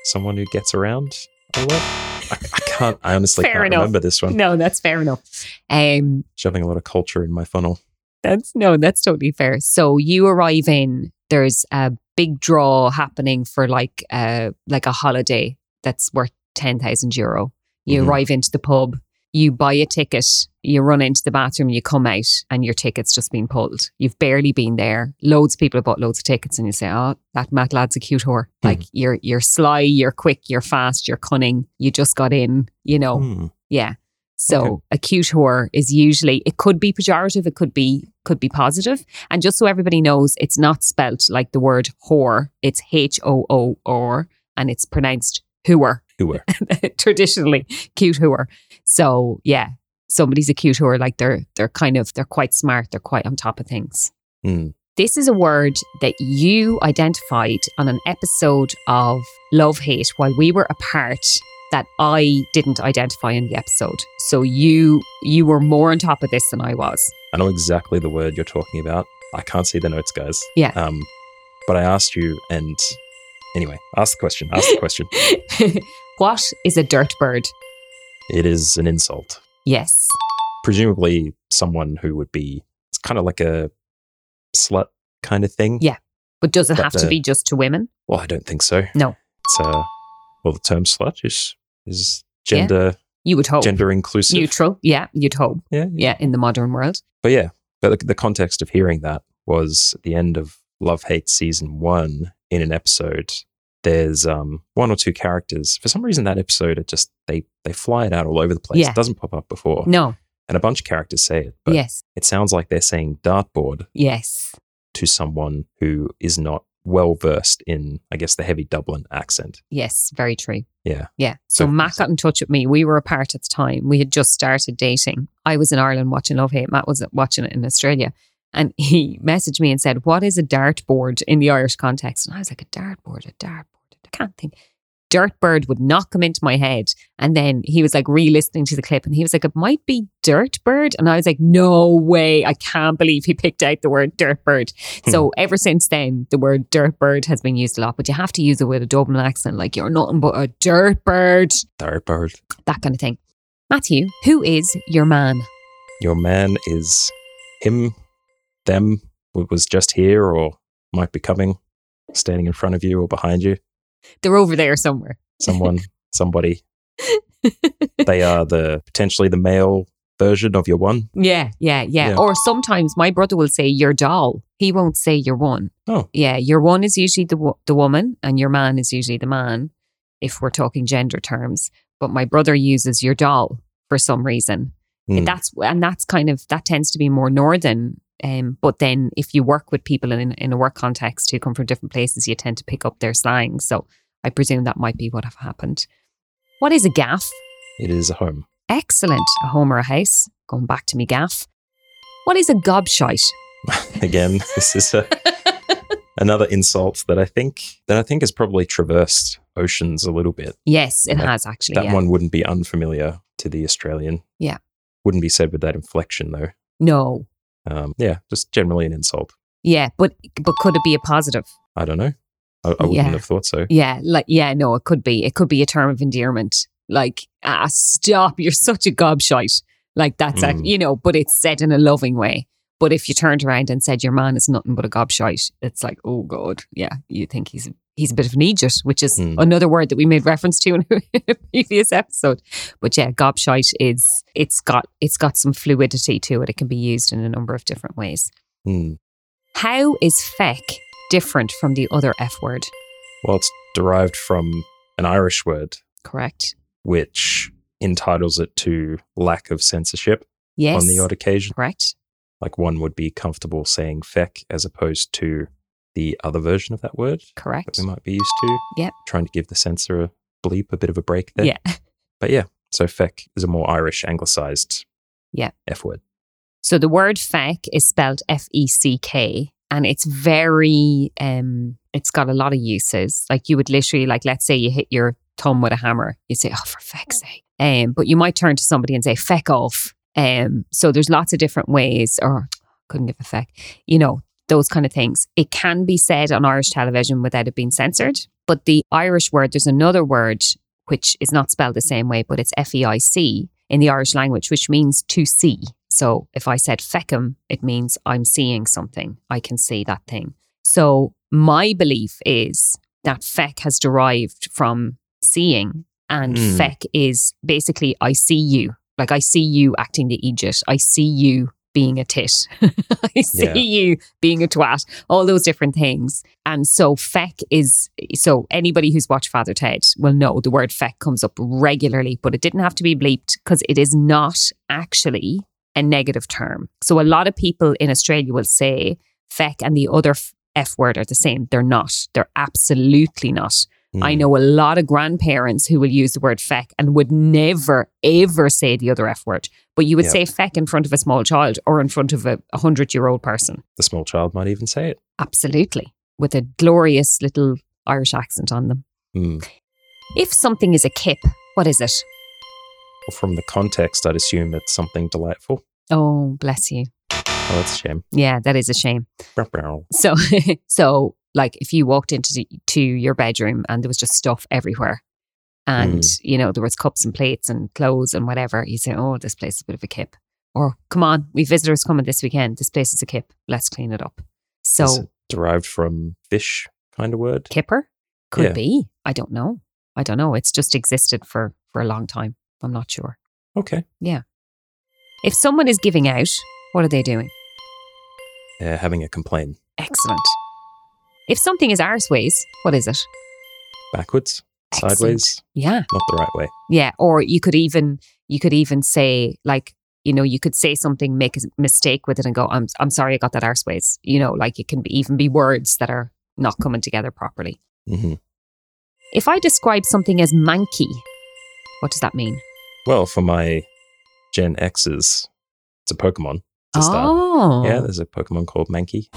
someone who gets around a lot. I, I can't, I honestly
Fair
can't
enough.
remember this one.
No, that's fair enough. Um
Shoving a lot of culture in my funnel.
that's no, that's totally fair. So you arrive in, there's a big draw happening for like uh like a holiday that's worth ten thousand euro. You
Mhm.
arrive into the pub, you buy a ticket, you run into the bathroom, you come out, and your ticket's just been pulled. You've barely been there. Loads of people have bought loads of tickets, and you say, "Oh, that Matt lad's a cute whore." Like you're you're sly, you're quick, you're fast, you're cunning. You just got in, you know.
Hmm.
Yeah. So
Okay.
a cute whore is usually it could be pejorative, it could be could be positive. And just so everybody knows, it's not spelt like the word whore. It's H O O R and it's pronounced hooer
Who were?
traditionally. Cute whore. So yeah. Somebody's a cute whore, like they're they're kind of they're quite smart, they're quite on top of things.
Hmm.
This is a word that you identified on an episode of Love Hate while we were apart that I didn't identify in the episode. So you you were more on top of this than I was.
I know exactly the word you're talking about. I can't see the notes, guys.
Yeah.
Um, but I asked you, and anyway, ask the question. Ask the question. Uh.
what is a dirt bird?
it is an insult.
Yes.
presumably someone who would be it's kind of like a slut kind of thing.
Yeah. But does it
But
have to
the-
be just to women?
Well, I don't think so.
No.
It's uh well the term slut is is
Yeah.
gender
You would hope.
gender inclusive.
Neutral. Yeah, you'd hope.
yeah,
Yeah, in the modern world.
But yeah, but the, the context of hearing that was at the end of Love Hate season 1 in an episode there's um, one or two characters. For some reason, that episode it just they they fly it out all over the place.
Yeah.
It doesn't pop up before,
No.
and a bunch of characters say it, but
yes.
it sounds like they're saying dartboard
Yes.
to someone who is not well versed in, I guess, the heavy Dublin accent.
Yes. Very true.
Yeah.
Yeah. So,
So-
Matt got in touch with me. We were apart at the time. We had just started dating. I was in Ireland watching Love Hate. Matt was watching it in Australia. And he messaged me and said, What is a dartboard in the Irish context? And I was like, A dartboard, a dartboard. I can't think. Dirtbird would not come into my head. And then he was like re listening to the clip and he was like, It might be Dirtbird. And I was like, No way. I can't believe he picked out the word Dirtbird. so ever since then, the word Dirtbird has been used a lot, but you have to use it with a Dublin accent. Like, you're nothing but a Dirtbird
Dartboard.
that kind of thing. Matthew, who is your man?
Your man is him, them, what was just here or might be coming, standing in front of you or behind you.
They're over there somewhere.
Someone, somebody. They are the potentially the male version of your one.
Yeah, yeah, yeah,
Yeah.
Or sometimes my brother will say your doll. He won't say your one.
Oh.
Yeah, your one is usually the wo- the woman, and your man is usually the man, if we're talking gender terms. But my brother uses your doll for some reason.
Hmm.
That's and that's kind of that tends to be more northern. Um, but then if you work with people in in a work context who come from different places, you tend to pick up their slang. So I presume that might be what have happened. What is a gaff?
It is a home.
Excellent. A home or a house. Going back to me gaff. What is a gobshite?
Again, this is a, another insult that I think that I think has probably traversed oceans a little bit.
Yes, it
That-
has actually.
That
yeah.
one wouldn't be unfamiliar to the Australian.
Yeah.
Wouldn't be said with that inflection though.
No.
Um, yeah, just generally an insult.
Yeah, but but could it be a positive?
I don't know. I, I wouldn't
Yeah.
have thought so.
Yeah, like yeah, no, it could be. It could be a term of endearment. Like, ah, stop, you're such a gobshite. Like that's act-
Mm.
you know, but it's said in a loving way. But if you turned around and said your man is nothing but a gobshite, it's like, oh god, yeah, you think he's he's a bit of an idiot, which is
Mm.
another word that we made reference to in a previous episode. But yeah, gobshite is it's got it's got some fluidity to it. It can be used in a number of different ways.
Hmm.
How is feck different from the other F word?
Well, it's derived from an Irish word,
Correct.
which entitles it to lack of censorship
Yes.
on the odd occasion.
Correct.
Like one would be comfortable saying feck as opposed to the other version of that word that
Correct.
we might be used to.
Yep.
Trying to give the censor a bleep a bit of a break there.
Yeah.
But yeah, so feck is a more Irish anglicized
Yeah.
F word.
So the word feck is spelled F E C K and it's very um it's got a lot of uses. Like you would literally like let's say you hit your thumb with a hammer, you say, Oh, for feck's sake. Um, but you might turn to somebody and say, feck off. Um, so there's lots of different ways or couldn't give a feck, you know, those kind of things. It can be said on Irish television without it being censored. But the Irish word, there's another word which is not spelled the same way, but it's F E I C in the Irish language, which means to see. So if I said feckum, it means I'm seeing something. I can see that thing. So my belief is that feck has derived from seeing, and
Mm.
feck is basically I see you. Like I see you acting the idiot. I see you being a tit. I see
Yeah.
you being a twat. All those different things. And so feck is so anybody who's watched Father Ted will know the word feck comes up regularly, but it didn't have to be bleeped because it is not actually a negative term. So a lot of people in Australia will say feck and the other f- F word are the same. They're not. They're absolutely not. I
Hmm.
know a lot of grandparents who will use the word feck and would never, ever say the other F word. But you would
Yeah.
say feck in front of a small child or in front of a 100 year old person.
The small child might even say it.
Absolutely. With a glorious little Irish accent on them.
Hmm.
If something is a kip, what is it?
Well, from the context, I'd assume it's something delightful.
Oh, bless you.
Oh, that's a shame.
Yeah, that is a shame.
Brow, brow.
So, so like if you walked into the, to your bedroom and there was just stuff everywhere, and
Mm.
you know there was cups and plates and clothes and whatever, you say, "Oh, this place is a bit of a kip," or "Come on, we visitors coming this weekend. This place is a kip. Let's clean it up." So,
Is it derived from fish kind of word.
kipper could
Yeah.
be. I don't know. I don't know. It's just existed for for a long time. I'm not sure.
Okay.
If someone is giving out, what are they doing?
They're having a complaint.
Excellent. If something is arseways, what is it?
backwards,
Excellent.
sideways,
Yeah.
not the right way.
Yeah, or you could even you could even say like you know you could say something, make a mistake with it, and go, "I'm I'm sorry, I got that arseways." You know, like it can be, even be words that are not coming together properly.
hmm
If I describe something as manky, what does that mean?
Well, for my Gen X's, it's a Pokemon to start.
Oh,
Yeah, there's a Pokemon called Mankey.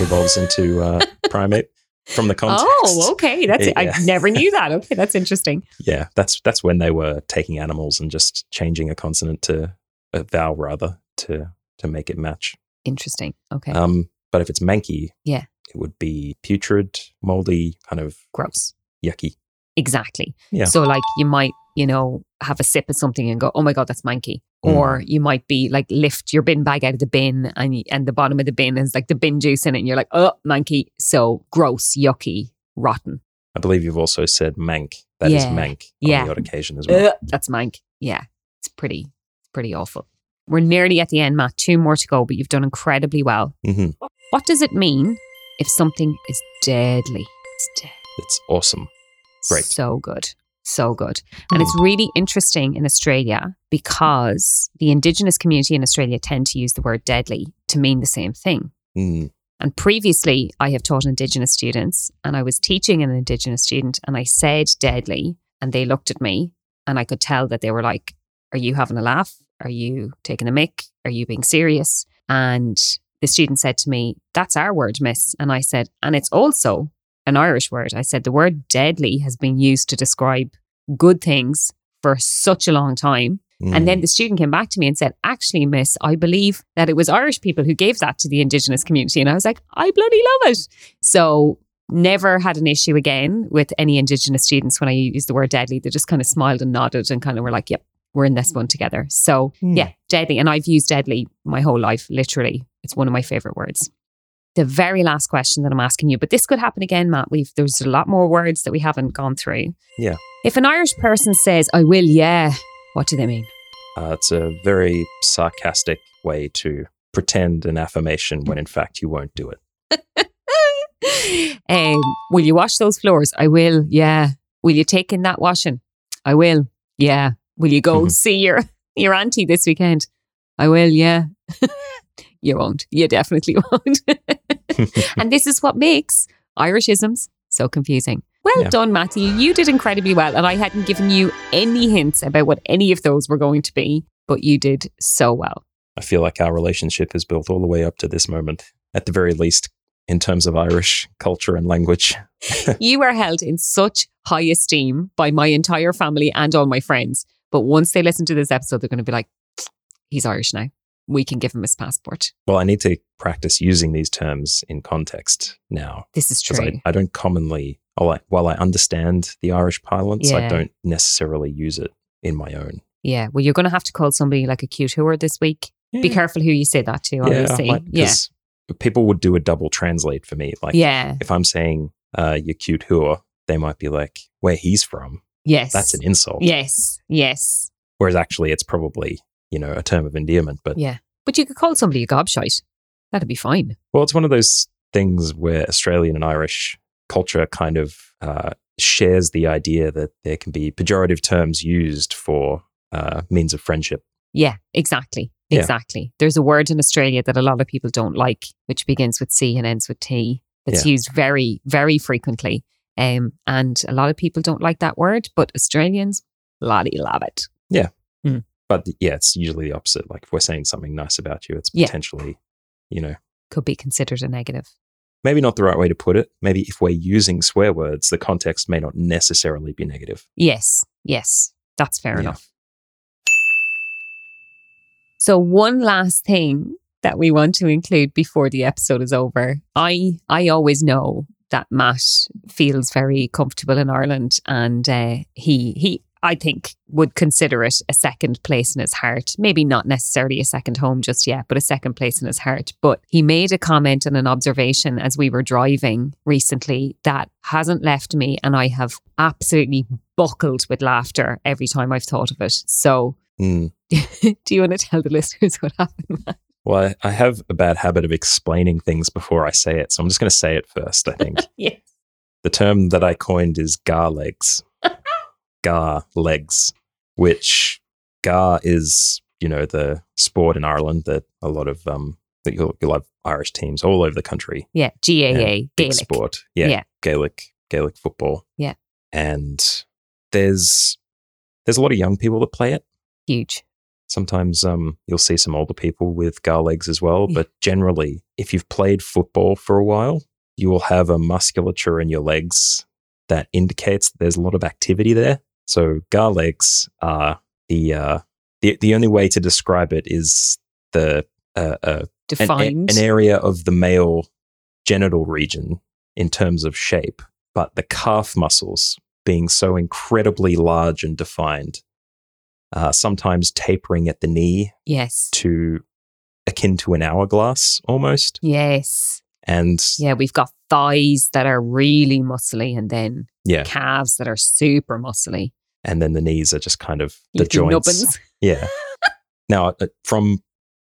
Evolves into uh, primate from the context.
oh, okay. That's it.
Yeah.
I never knew that. Okay, that's interesting.
Yeah, that's that's when they were taking animals and just changing a consonant to a vowel rather to to make it match.
Interesting. Okay,
Um, but if it's manky,
Yeah.
it would be putrid, moldy, kind of
gross.
yucky.
Exactly.
Yeah.
So like you might, you know, have a sip of something and go, "Oh my god, that's manky."
Mm.
Or you might be like lift your bin bag out of the bin and y- and the bottom of the bin is like the bin juice in it and you're like, "Oh, manky." So gross, yucky, rotten.
I believe you've also said mank. That is
Yeah.
mank on
Yeah.
the odd occasion as well.
Ugh, that's mank. Yeah. It's pretty it's pretty awful. We're nearly at the end, Matt. Two more to go, but you've done incredibly well.
hmm
What does it mean if something is deadly? It's dead.
It's awesome. Great.
So good. So good. And it's really interesting in Australia because the Indigenous community in Australia tend to use the word deadly to mean the same thing.
Mm.
And previously, I have taught Indigenous students, and I was teaching an Indigenous student, and I said deadly, and they looked at me, and I could tell that they were like, Are you having a laugh? Are you taking a mic? Are you being serious? And the student said to me, That's our word, miss. And I said, And it's also an Irish word. I said, The word deadly has been used to describe good things for such a long time.
mm.
And then the student came back to me and said, Actually, miss, I believe that it was Irish people who gave that to the Indigenous community. And I was like, I bloody love it. So, never had an issue again with any Indigenous students when I used the word deadly. They just kind of smiled and nodded and kind of were like, Yep, we're in this one together. So,
Hmm.
yeah, deadly. And I've used deadly my whole life, literally. It's one of my favorite words. The very last question that I'm asking you, but this could happen again, Matt. We've there's a lot more words that we haven't gone through.
Yeah.
If an Irish person says, I will, yeah, what do they mean?
Uh, it's a very sarcastic way to pretend an affirmation when in fact you won't do it.
um, will you wash those floors? I will. Yeah. Will you take in that washing? I will. Yeah. Will you go
Mhm.
see your your auntie this weekend? I will. Yeah. you won't. You definitely won't. and this is what makes Irishisms so confusing. Well
Yeah.
done, Matthew. You did incredibly well, and I hadn't given you any hints about what any of those were going to be, but you did so well.
I feel like our relationship is built all the way up to this moment, at the very least, in terms of Irish culture and language.
you are held in such high esteem by my entire family and all my friends. But once they listen to this episode, they're going to be like, he's Irish now. We can give him his passport.
Well, I need to practice using these terms in context now
This is
because
true.
I, I don't commonly, oh, I- while I understand the Irish parlance, I
Yeah.
don't necessarily use it in my own.
yeah. Well, you're going to have to call somebody like a cute whore this week. Be careful who you say that to, obviously.
Mm. like-
yeah.
'cause People would do a double translate for me. Like,
yeah.
if I'm saying uh, you're cute whore, they might be like, where he's from,
Yes.
that's an insult.
Yes. Yes.
Whereas actually, it's probably, you know, a term of endearment. But,
Yeah. But you could call somebody a gobshite. That'd be fine.
well, it's one of those things where Australian and Irish culture kind of uh, shares the idea that there can be pejorative terms used for uh, means of friendship.
Yeah, exactly.
Yeah.
Exactly. There's a word in Australia that a lot of people don't like, which begins with C and ends with T, that's used very, very frequently. Um, and a lot of people don't like that word, but Australians bloody love it.
But yeah, it's usually the opposite. Like, if we're saying something nice about you, it's
Yeah.
potentially, you know,
Could be considered a negative.
maybe not the right way to put it. Maybe if we're using swear words, the context may not necessarily be negative.
Yes, yes, that's fair
Yeah.
enough. So one last thing that we want to include before the episode is over. I I always know that Matt feels very comfortable in Ireland, and uh, he he I think would consider it a second place in his heart. Maybe not necessarily a second home just yet, but a second place in his heart. But he made a comment and an observation as we were driving recently that hasn't left me, and I have absolutely buckled with laughter every time I've thought of it. So,
Mm.
do you want to tell the listeners what happened?
Well, I, I have a bad habit of explaining things before I say it. So I'm just going to say it first, I think.
yes.
The term that I coined is gar legs. gar legs, which gar is, you know, the sport in Ireland that a lot of, um, that you'll, you'll have Irish teams all over the country.
Yeah, GAA,
Big
Gaelic.
sport. Yeah,
Yeah.
Gaelic, Gaelic football.
Yeah.
And there's, there's a lot of young people that play it.
Huge.
Sometimes um, you'll see some older people with gar legs as well,
Yeah.
but generally, if you've played football for a while, you will have a musculature in your legs that indicates that there's a lot of activity there. So gar legs are the uh, the the only way to describe it is the uh, uh, an,
Defined.
an area of the male genital region in terms of shape, but the calf muscles being so incredibly large and defined, uh, sometimes tapering at the knee
yes.
to akin to an hourglass almost.
Yes.
And yeah,
Yeah, we've got thighs that are really muscly and then calves that are super muscly.
and then the knees are just kind of the
Little
joints.
nubbins.
Yeah. now, uh, from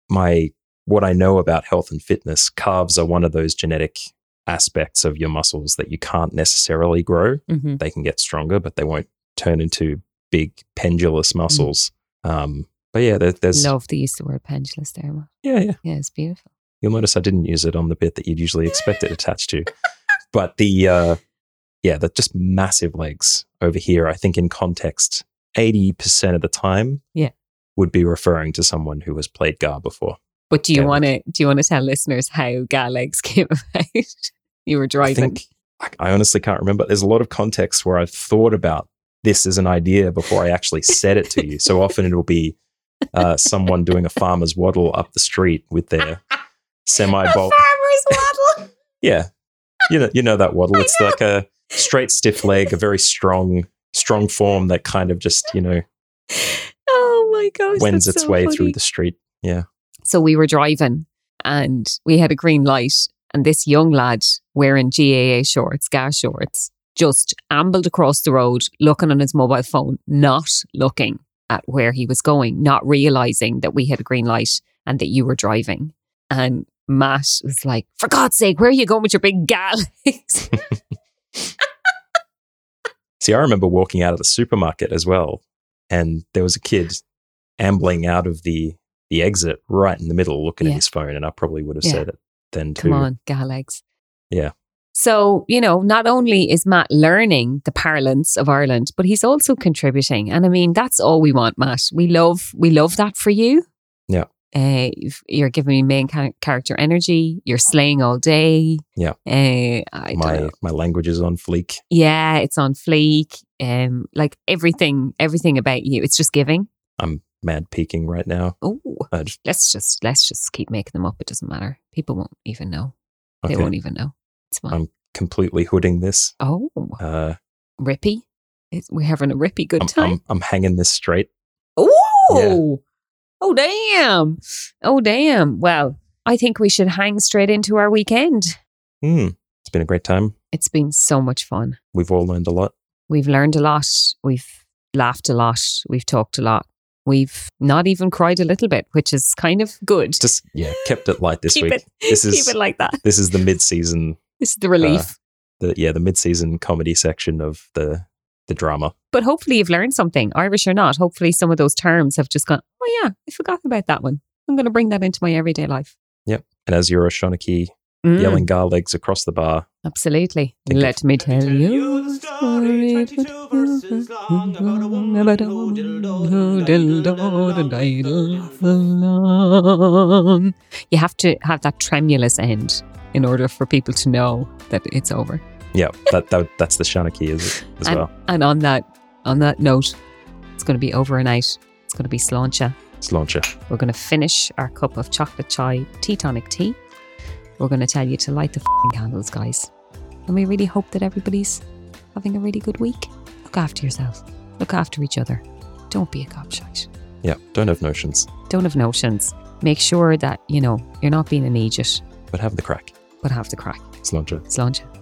my what I know about health and fitness, calves are one of those genetic aspects of your muscles that you can't necessarily grow.
Mm-hmm.
they can get stronger, but they won't turn into big pendulous muscles. Um, but yeah, there, there's
Love the use of the word pendulous there. Ma.
yeah, yeah.
Yeah, it's beautiful.
You'll notice I didn't use it on the bit that you'd usually expect it attached to. But the uh, yeah, they're just massive legs over here. I think in context, eighty percent of the time,
Yeah.
would be referring to someone who has played gar before.
But do you
Yeah,
want to do you want to tell listeners how Galax came about? you were
I
driving.
think I, I honestly can't remember. There's a lot of context where I've thought about this as an idea before I actually said it to you. So often it'll be uh, someone doing a farmer's waddle up the street with their semi bolt.
farmer's waddle.
Yeah, you know, you know that waddle.
I
It's like a straight, stiff leg, a very strong, strong form that kind of just you know
oh my gosh.
wends
that's
its
so
way
funny.
through the street. Yeah,
So we were driving and we had a green light, and this young lad wearing GAA shorts, gas shorts, just ambled across the road looking on his mobile phone, not looking at where he was going, not realizing that we had a green light and that you were driving. And Matt was like, For God's sake, where are you going with your big gal?
See, I remember walking out of the supermarket as well, and there was a kid ambling out of the the exit right in the middle, looking
Yeah.
at his phone, and I probably would have
Yeah.
said it then too.
Come on, Galags.
Yeah.
So, you know, not only is Matt learning the parlance of Ireland, but he's also contributing. And I mean, that's all we want, Matt. We love we love that for you.
Yeah.
Uh, you've- you're giving me main cha- character energy. You're slaying all day.
Yeah.
Uh, I don't
My
know.
my language is on fleek.
Yeah, it's on fleek. Um, like everything, everything about you, it's just giving.
I'm mad peaking right now.
Oh,
I just-
let's just let's just keep making them up. It doesn't matter. People won't even know.
okay,
They won't e even know. It's fine.
I'm- completely hooding this.
oh,
Uh,
Rippy. It's- We're having a rippy good
I'm,
time.
I'm I'm hanging this straight.
oh, oh, damn. Oh, damn. Well, I think we should hang straight into our weekend.
Hmm. It's been a great time.
It's been so much fun.
We've all learned a lot.
We've learned a lot. We've laughed a lot. We've talked a lot. We've not even cried a little bit, which is kind of good.
Just yeah, kept it light this
keep
week.
it,
This is uh,
keep it like that.
this is the mid season.
This is the relief.
The yeah, the mid season comedy section of the the drama.
but hopefully you've learned something, Irish or not. Hopefully some of those terms have just gone, oh yeah, I forgot about that one. I'm going to bring that into my everyday life.
And as you're a Shonaki
Mm.
yelling gar legs across the bar.
Absolutely.
Think
Let me tell you.
a
a story
story 22 verses long about a woman
about a
who
woman
diddled
who
and diddled
diddled and
and diddled
diddled alone. You have to have that tremulous end in order for people to know that it's over.
Yeah, that, that that's the Shonaki as, as
And-
well.
And on that on that note, it's going to be over and out. It's going to be sláinte.
It's launcher.
We're going to finish our cup of chocolate chai tea tonic tea. We're going to tell you to light the fing candles, guys. And we really hope that everybody's having a really good week. Look after yourself. Look after each other. Don't be a gobshite.
Yeah, don't have notions,
Don't have notions. Make sure that, you know, you're not being an idiot,
but have the crack.
but have the crack.
It's launcher.
It's launching.